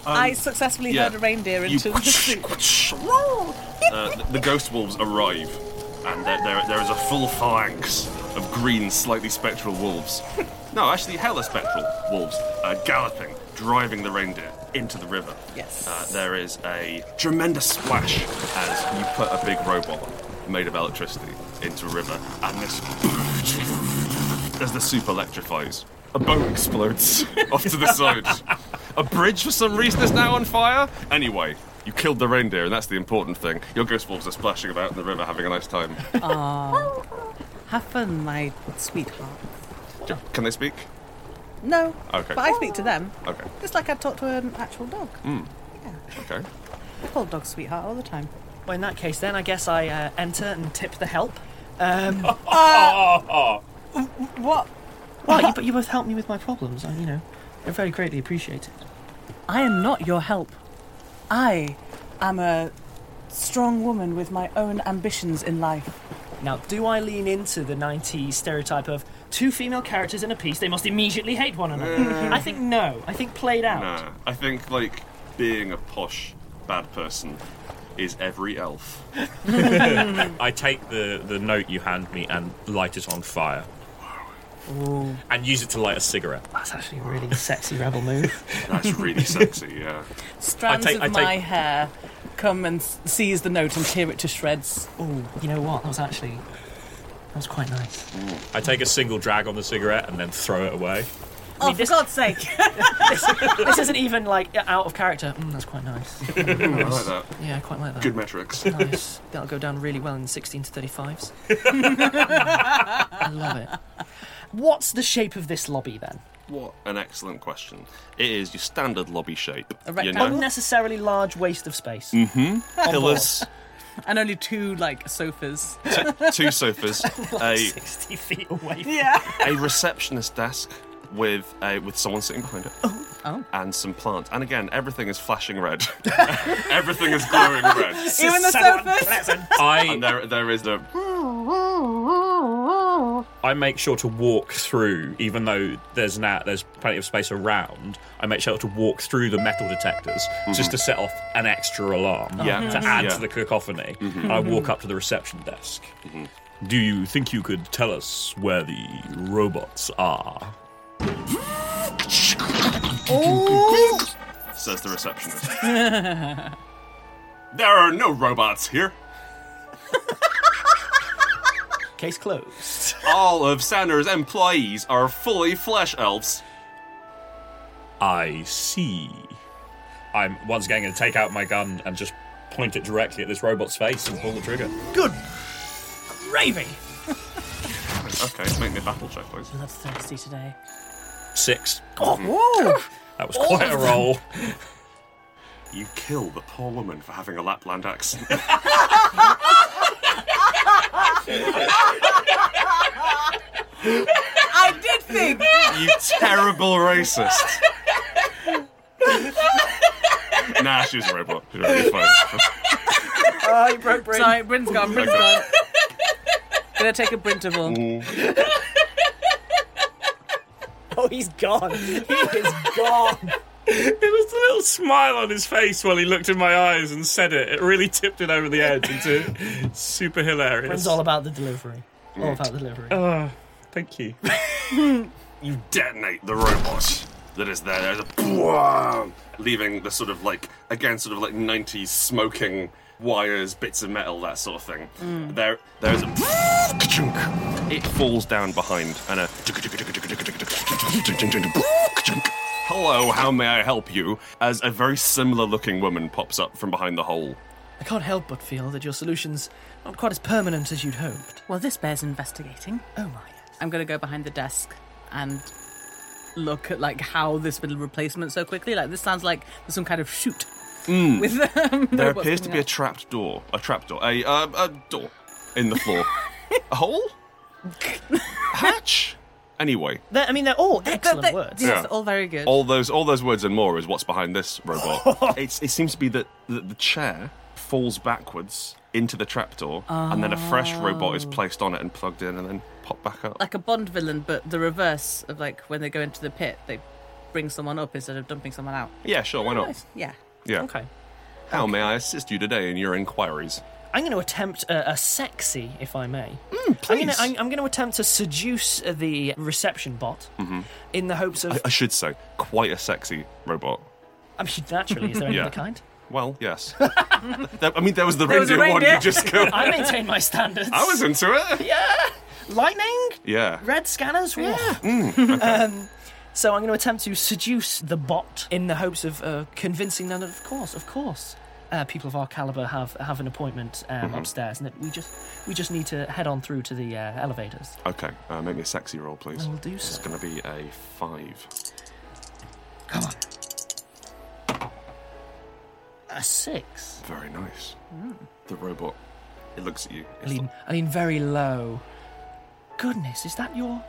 [SPEAKER 2] I successfully
[SPEAKER 5] Um, yeah.
[SPEAKER 2] herded a reindeer
[SPEAKER 5] You-
[SPEAKER 2] into the soup. Whoa!
[SPEAKER 5] Uh, the, the ghost wolves arrive, and there, there, there is a full phalanx of green, slightly spectral wolves. no, actually, hella spectral wolves uh, galloping, driving the reindeer into the river.
[SPEAKER 2] Yes.
[SPEAKER 5] Uh, there is a tremendous splash as you put a big robot made of electricity into a river, and this as the soup electrifies, a boat explodes off to the side. A bridge, for some reason, is now on fire. Anyway, you killed the reindeer, and that's the important thing. Your ghost wolves are splashing about in the river, having a nice time.
[SPEAKER 2] Aw. Have fun, my sweetheart.
[SPEAKER 5] J- Can they speak?
[SPEAKER 2] No.
[SPEAKER 5] Okay.
[SPEAKER 2] But I speak to them.
[SPEAKER 5] Okay.
[SPEAKER 2] Just like I talk to an actual dog.
[SPEAKER 5] Mm. Okay.
[SPEAKER 2] I call dogs sweetheart all the time.
[SPEAKER 4] Well, in that case, then I guess I uh, enter and tip the help. Um,
[SPEAKER 2] what?
[SPEAKER 4] Well, you, but you both helped me with my problems. I, you know, I very greatly appreciate it.
[SPEAKER 2] I am not your help. I am a strong woman with my own ambitions in life.
[SPEAKER 4] Now, do I lean into the 90s stereotype of two female characters in a piece, they must immediately hate one another?
[SPEAKER 5] Mm.
[SPEAKER 4] I think no. I think played out.
[SPEAKER 5] Nah. Uh, I think, like, being a posh, bad person is every elf.
[SPEAKER 6] I take the, the note you hand me and light it on fire. And use it to light a cigarette.
[SPEAKER 4] That's actually a really sexy rebel move.
[SPEAKER 5] That's really sexy, yeah.
[SPEAKER 2] Strands
[SPEAKER 6] I take-
[SPEAKER 2] of
[SPEAKER 6] I take-
[SPEAKER 2] my hair come and s- seize the note and tear it to shreds.
[SPEAKER 4] Oh, you know what? That was actually. That was quite nice.
[SPEAKER 6] I take a single drag on the cigarette and then throw it away.
[SPEAKER 2] Oh, for God's sake!
[SPEAKER 4] this, this isn't even like out of character. Mm, that's quite nice.
[SPEAKER 5] I like that.
[SPEAKER 4] Yeah, I quite like that.
[SPEAKER 5] Good metrics.
[SPEAKER 4] Nice. That'll go down really well in 16 to 35s. I love it. What's the shape of this lobby then?
[SPEAKER 5] What an excellent question. It is your standard lobby shape.
[SPEAKER 4] Unnecessarily large waste of space.
[SPEAKER 5] Mm-hmm.
[SPEAKER 4] On
[SPEAKER 5] Pillars,
[SPEAKER 2] and only two like sofas.
[SPEAKER 5] two sofas, a,
[SPEAKER 4] 60 feet away.
[SPEAKER 2] Yeah.
[SPEAKER 5] a receptionist desk with a, with someone sitting behind it,
[SPEAKER 2] Oh.
[SPEAKER 5] and some plants. And again, everything is flashing red. everything is glowing red.
[SPEAKER 2] Even the sofas.
[SPEAKER 6] I
[SPEAKER 5] and there there is no.
[SPEAKER 6] I make sure to walk through, even though there's now there's plenty of space around. I make sure to walk through the metal detectors just to set off an extra alarm
[SPEAKER 5] Yeah.
[SPEAKER 6] to add
[SPEAKER 5] Yeah.
[SPEAKER 6] to the cacophony. And I walk up to the reception desk. Do you think you could tell us where the robots are?
[SPEAKER 5] Says the receptionist. There are no robots here.
[SPEAKER 4] Case closed.
[SPEAKER 5] All of Sander's employees are fully flesh elves.
[SPEAKER 6] I see. I'm once again going to take out my gun and just point it directly at this robot's face and pull the trigger.
[SPEAKER 4] Good gravy!
[SPEAKER 5] Okay, make me a battle check, please.
[SPEAKER 4] That's thirsty today.
[SPEAKER 6] Six.
[SPEAKER 4] Oh,
[SPEAKER 6] That was
[SPEAKER 4] All
[SPEAKER 6] quite a
[SPEAKER 4] of them.
[SPEAKER 6] roll.
[SPEAKER 5] You kill the poor woman for having a Lapland accent.
[SPEAKER 2] I did think.
[SPEAKER 5] you terrible racist. nah, she's a robot. She's really fine.
[SPEAKER 4] oh you broke Bryn.
[SPEAKER 2] Sorry, Bryn's gone. Bryn's gone. Gonna take a Brintival.
[SPEAKER 4] Mm-hmm. Oh, he's gone. He is gone.
[SPEAKER 6] It was the little smile on his face while he looked in my eyes and said it. It really tipped it over the edge into super hilarious.
[SPEAKER 4] Bryn's all about the delivery. All about the delivery.
[SPEAKER 6] Oh, thank you.
[SPEAKER 5] You detonate the robot that is there. There's a boom, leaving the sort of like again, sort of like '90s smoking wires, bits of metal, that sort of thing. There, there's a ka-chunk. It falls down behind, and a hello, how may I help you? As a very similar-looking woman pops up from behind the hole.
[SPEAKER 4] I can't help but feel that your solution's not quite as permanent as you'd hoped.
[SPEAKER 2] Well, this bears investigating.
[SPEAKER 4] Oh my.
[SPEAKER 2] I'm gonna go behind the desk and look at like how this little replacement so quickly. Like this sounds like there's some kind of shoot with um,
[SPEAKER 5] There
[SPEAKER 2] robots
[SPEAKER 5] appears to
[SPEAKER 2] coming
[SPEAKER 5] be a
[SPEAKER 2] out.
[SPEAKER 5] trapped door, a trap door, a uh, a door in the floor, a hole, hatch. Anyway,
[SPEAKER 4] They're, I mean, they're all
[SPEAKER 2] But
[SPEAKER 4] excellent
[SPEAKER 2] they-
[SPEAKER 4] words.
[SPEAKER 2] Yes,
[SPEAKER 5] Yeah.
[SPEAKER 2] all very good.
[SPEAKER 5] all those all those words and more is what's behind this robot. it's, it seems to be that the, the chair falls backwards into the trapdoor, and then a fresh robot is placed on it and plugged in, and then popped back up.
[SPEAKER 2] like a Bond villain, but the reverse of like when they go into the pit, they bring someone up instead of dumping someone out.
[SPEAKER 5] Yeah, sure, why not?
[SPEAKER 2] Yeah.
[SPEAKER 5] Yeah.
[SPEAKER 4] Okay.
[SPEAKER 5] How may I assist you today in your inquiries?
[SPEAKER 4] I'm going to attempt a, a sexy, if I may. I'm
[SPEAKER 5] please.
[SPEAKER 4] gonna- I'm, I'm going to attempt to seduce uh, the reception bot
[SPEAKER 5] Mhm.
[SPEAKER 4] in the hopes of.
[SPEAKER 5] I, I should say, quite a sexy robot.
[SPEAKER 4] I mean, naturally, is there any
[SPEAKER 5] Yeah.
[SPEAKER 4] other kind?
[SPEAKER 5] Well, yes. There- I mean, there was the reindeer one you just killed.
[SPEAKER 4] I maintain my standards.
[SPEAKER 5] I was into it.
[SPEAKER 4] Yeah. Lightning,
[SPEAKER 5] Yeah.
[SPEAKER 4] red scanners. Yeah.
[SPEAKER 5] Mm, okay.
[SPEAKER 4] um, so I'm going to attempt to seduce the bot in the hopes of uh, convincing them that, of course, of course, uh, people of our caliber have have an appointment um,
[SPEAKER 5] Mhm.
[SPEAKER 4] upstairs, and that we just we just need to head on through to the uh, elevators.
[SPEAKER 5] Okay, uh, make me a sexy roll, please.
[SPEAKER 4] I will do
[SPEAKER 5] It's
[SPEAKER 4] so.
[SPEAKER 5] going to be a five.
[SPEAKER 4] A six.
[SPEAKER 5] Very nice. The robot, it looks at you.
[SPEAKER 4] I Mm. lean, I lean very low. Goodness, is that your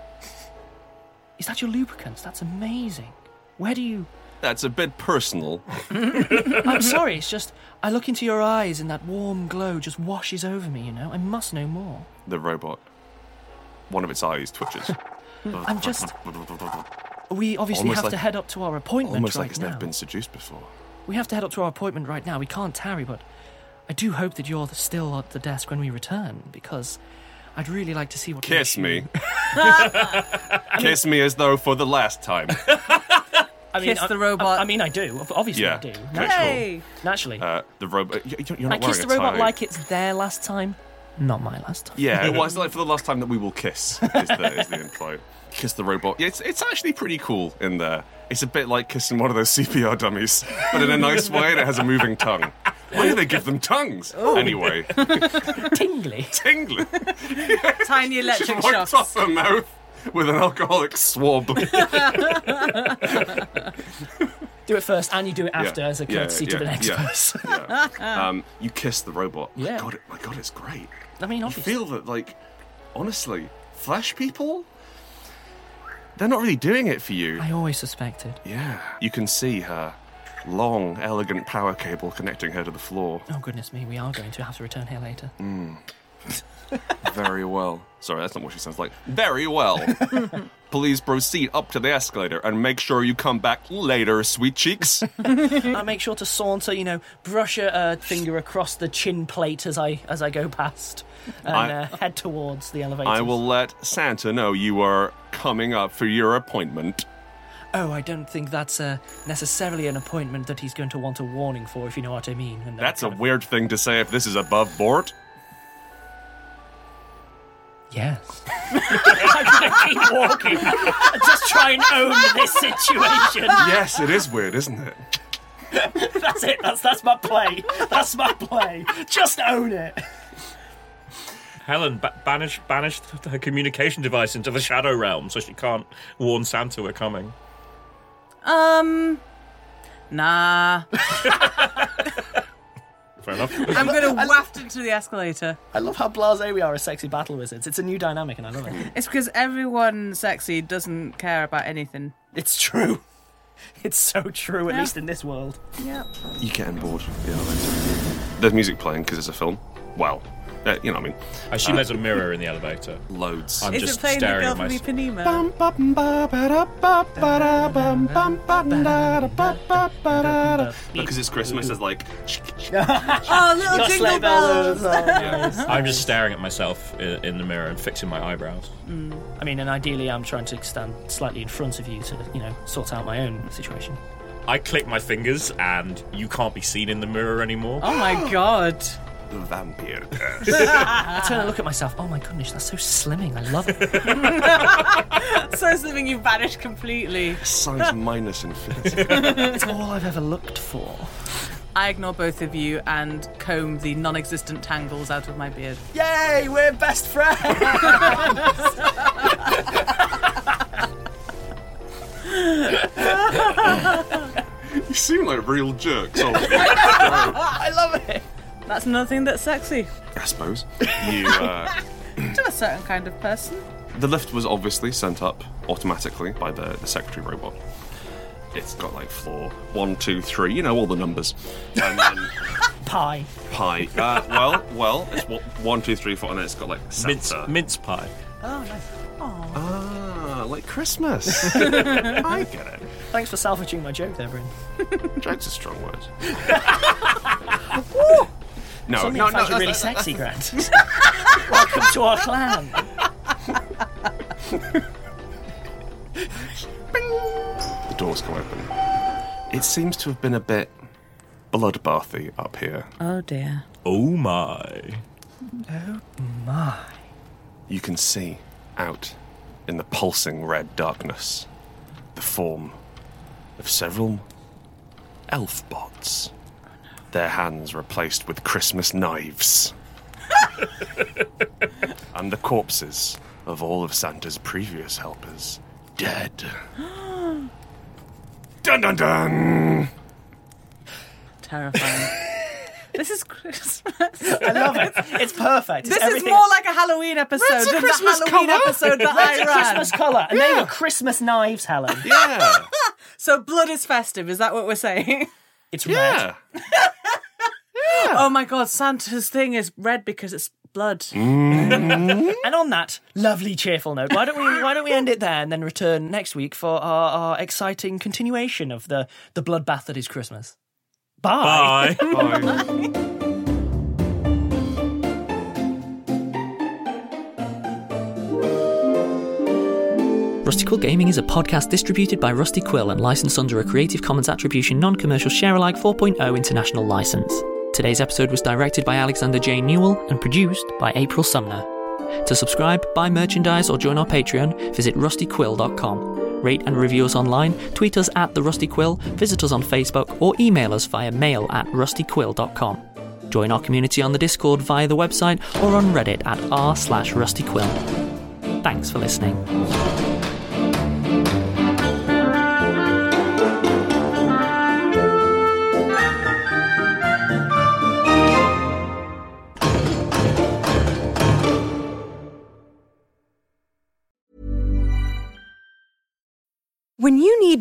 [SPEAKER 4] is that your lubricants? That's amazing. Where do you?
[SPEAKER 5] That's a bit personal.
[SPEAKER 4] I'm sorry. It's just I look into your eyes, and that warm glow just washes over me. You know, I must know more.
[SPEAKER 5] The robot, one of its eyes twitches.
[SPEAKER 4] I'm just- We obviously
[SPEAKER 5] Almost
[SPEAKER 4] have to
[SPEAKER 5] like-
[SPEAKER 4] head up to our appointment
[SPEAKER 5] Almost
[SPEAKER 4] right
[SPEAKER 5] like it's
[SPEAKER 4] now.
[SPEAKER 5] never been seduced before.
[SPEAKER 4] We have to head up to our appointment right now. We can't tarry, but I do hope that you're still at the desk when we return because I'd really like to see what.
[SPEAKER 5] Kiss me. Kiss me as though for the last time.
[SPEAKER 4] I mean,
[SPEAKER 7] Kiss
[SPEAKER 4] I,
[SPEAKER 7] the robot.
[SPEAKER 4] I, I mean, I do. Ob- Obviously,
[SPEAKER 5] Yeah,
[SPEAKER 4] I do.
[SPEAKER 5] okay, cool.
[SPEAKER 4] Naturally. Naturally.
[SPEAKER 5] Uh, the robot. you- You're
[SPEAKER 4] I
[SPEAKER 5] not
[SPEAKER 4] kiss
[SPEAKER 5] wearing
[SPEAKER 4] the
[SPEAKER 5] a
[SPEAKER 4] robot
[SPEAKER 5] tie.
[SPEAKER 4] like it's their last time. Not my last time.
[SPEAKER 5] Yeah, well, it's like for the last time that we will kiss is the, is the implied. Kiss the robot. Yeah, it's, it's actually pretty cool in there. It's a bit like kissing one of those CPR dummies, but in a nice way, and it has a moving tongue. Why do they give them tongues? Anyway,
[SPEAKER 4] Tingly.
[SPEAKER 5] tingling.
[SPEAKER 7] Tiny electric
[SPEAKER 5] Right
[SPEAKER 7] shocks.
[SPEAKER 5] off her mouth with an alcoholic swab.
[SPEAKER 4] Do it first, and you do it
[SPEAKER 5] Yeah,
[SPEAKER 4] after as a
[SPEAKER 5] yeah,
[SPEAKER 4] courtesy to
[SPEAKER 5] yeah,
[SPEAKER 4] the next
[SPEAKER 5] yeah,
[SPEAKER 4] person.
[SPEAKER 5] yeah. Um, you kiss the robot.
[SPEAKER 4] Yeah.
[SPEAKER 5] My God, it, my God, it's great.
[SPEAKER 4] I mean,
[SPEAKER 5] you
[SPEAKER 4] obviously.
[SPEAKER 5] feel that, like, honestly, flesh people, they're not really doing it for you.
[SPEAKER 4] I always suspected.
[SPEAKER 5] Yeah. You can see her long, elegant power cable connecting her to the floor.
[SPEAKER 4] Oh goodness me, we are going to have to return here later.
[SPEAKER 5] Mm. Very well. Sorry, that's not what she sounds like. Very well. Please proceed up to the escalator and make sure you come back later, sweet cheeks.
[SPEAKER 4] I make sure to saunter, you know, brush a uh, finger across the chin plate as I as I go past, and
[SPEAKER 5] I-
[SPEAKER 4] uh, head towards the elevator.
[SPEAKER 5] I will let Santa know you are coming up for your appointment.
[SPEAKER 4] Oh, I don't think that's uh, necessarily an appointment that he's going to want a warning for, if you know what I mean. And that
[SPEAKER 5] That's a
[SPEAKER 4] kind of-
[SPEAKER 5] weird thing to say if this is above board.
[SPEAKER 4] yes. I'm gonna keep walking. Just try and own this situation.
[SPEAKER 5] yes, it is weird, isn't it?
[SPEAKER 4] That's it. That's that's my play. That's my play. Just own it.
[SPEAKER 6] Helen ba- banished banished her communication device into the shadow realm, so she can't warn Santa we're coming.
[SPEAKER 7] Um, nah.
[SPEAKER 6] Fair enough.
[SPEAKER 7] I'm gonna waft into the escalator.
[SPEAKER 4] I love how blasé we are as sexy battle wizards. It's a new dynamic, and I love it.
[SPEAKER 7] It's because everyone sexy doesn't care about anything.
[SPEAKER 4] It's true. It's so true, at
[SPEAKER 7] Yeah.
[SPEAKER 4] least in this world.
[SPEAKER 7] Yeah.
[SPEAKER 5] You get on board. Yeah, there's- there's music playing because it's a film. Wow. Uh, you know what I mean?
[SPEAKER 6] I assume there's a mirror in the elevator.
[SPEAKER 5] Loads.
[SPEAKER 6] I'm
[SPEAKER 7] Is
[SPEAKER 6] just
[SPEAKER 7] it playing the
[SPEAKER 6] staring
[SPEAKER 7] girl
[SPEAKER 6] at
[SPEAKER 7] from
[SPEAKER 6] myself.
[SPEAKER 7] Ipanema?
[SPEAKER 5] Because it's Christmas, there's like.
[SPEAKER 7] Oh, little
[SPEAKER 4] Just
[SPEAKER 7] jingle
[SPEAKER 4] like that,
[SPEAKER 7] bells.
[SPEAKER 5] Yeah.
[SPEAKER 6] I'm just staring at myself i- in the mirror and fixing my eyebrows.
[SPEAKER 4] Mm. I mean, and ideally, I'm trying to stand slightly in front of you to, you know, sort out my own situation.
[SPEAKER 6] I click my fingers and you can't be seen in the mirror anymore.
[SPEAKER 7] Oh my god.
[SPEAKER 5] The vampire curse.
[SPEAKER 4] I turn and look at myself. Oh my goodness, that's so slimming. I love it.
[SPEAKER 7] So something you vanished completely.
[SPEAKER 5] Size minus infinity.
[SPEAKER 4] it's all I've ever looked for.
[SPEAKER 7] I ignore both of you and comb the non-existent tangles out of my beard.
[SPEAKER 4] Yay, we're best friends.
[SPEAKER 5] you seem like real jerks.
[SPEAKER 4] I love it.
[SPEAKER 7] That's another thing that's sexy
[SPEAKER 5] I suppose. You, uh,
[SPEAKER 7] to a certain kind of person.
[SPEAKER 5] the lift was obviously sent up automatically by the, the secretary robot. It's got like floor one, two, three, you know, all the numbers. And then
[SPEAKER 4] Pie.
[SPEAKER 5] pi. Uh, well, well, it's wa- one, two, three, four, and then it's got like
[SPEAKER 6] mince,
[SPEAKER 5] Santa.
[SPEAKER 6] mince pie.
[SPEAKER 4] Oh, nice.
[SPEAKER 5] ah, like Christmas. I get it.
[SPEAKER 4] Thanks for salvaging my joke there, Bryn.
[SPEAKER 5] Joke's a strong word. No,
[SPEAKER 7] Oh,
[SPEAKER 4] Suddenly
[SPEAKER 5] no,
[SPEAKER 4] I find
[SPEAKER 5] no,
[SPEAKER 4] you really
[SPEAKER 5] that's-
[SPEAKER 4] sexy, Grant. Welcome to our clan.
[SPEAKER 5] The doors come open. It seems to have been a bit bloodbathy up here.
[SPEAKER 7] Oh dear.
[SPEAKER 5] Oh my.
[SPEAKER 7] Oh my.
[SPEAKER 5] You can see out in the pulsing red darkness the form of several elf bots. Their hands replaced with Christmas knives. and the corpses of all of Santa's previous helpers dead. Dun dun dun!
[SPEAKER 7] Terrifying. this is Christmas.
[SPEAKER 4] I love it. It's perfect.
[SPEAKER 7] This
[SPEAKER 4] it's
[SPEAKER 7] is more like a Halloween episode
[SPEAKER 4] Red's a
[SPEAKER 7] than
[SPEAKER 4] Christmas
[SPEAKER 7] the Halloween
[SPEAKER 4] colour.
[SPEAKER 7] episode that
[SPEAKER 4] Red's
[SPEAKER 7] I
[SPEAKER 4] a
[SPEAKER 7] ran.
[SPEAKER 4] Christmas colour, and they were
[SPEAKER 7] Christmas knives, Helen.
[SPEAKER 5] Yeah.
[SPEAKER 7] so blood is festive. Is that what we're saying?
[SPEAKER 4] It's
[SPEAKER 5] red.
[SPEAKER 7] Oh my god, Santa's thing is red because it's blood.
[SPEAKER 4] and on that lovely, cheerful note, why don't we why don't we end it there and then return next week for our, our exciting continuation of the the bloodbath that is Christmas. Bye.
[SPEAKER 6] Bye. Bye.
[SPEAKER 3] Rusty Quill Gaming is a podcast distributed by Rusty Quill and licensed under a Creative Commons Attribution Non Commercial Sharealike 4.0 international license. Today's episode was directed by Alexander J. Newell and produced by April Sumner. To subscribe, buy merchandise, or join our Patreon, visit rustyquill.com. Rate and review us online, tweet us at The Rusty Quill, visit us on Facebook, or email us via mail at rustyquill.com. Join our community on the Discord via the website or on Reddit at r slash rustyquill. Thanks for listening.
[SPEAKER 8] When you need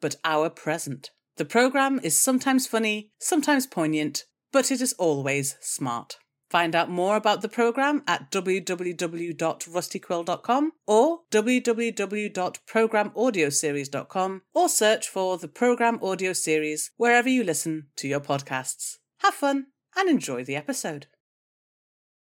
[SPEAKER 2] but our present. The programme is sometimes funny, sometimes poignant, but it is always smart. Find out more about the programme at www.rustyquill.com or www.programaudioseries.com or search for the Programme Audio Series wherever you listen to your podcasts. Have fun and enjoy the episode.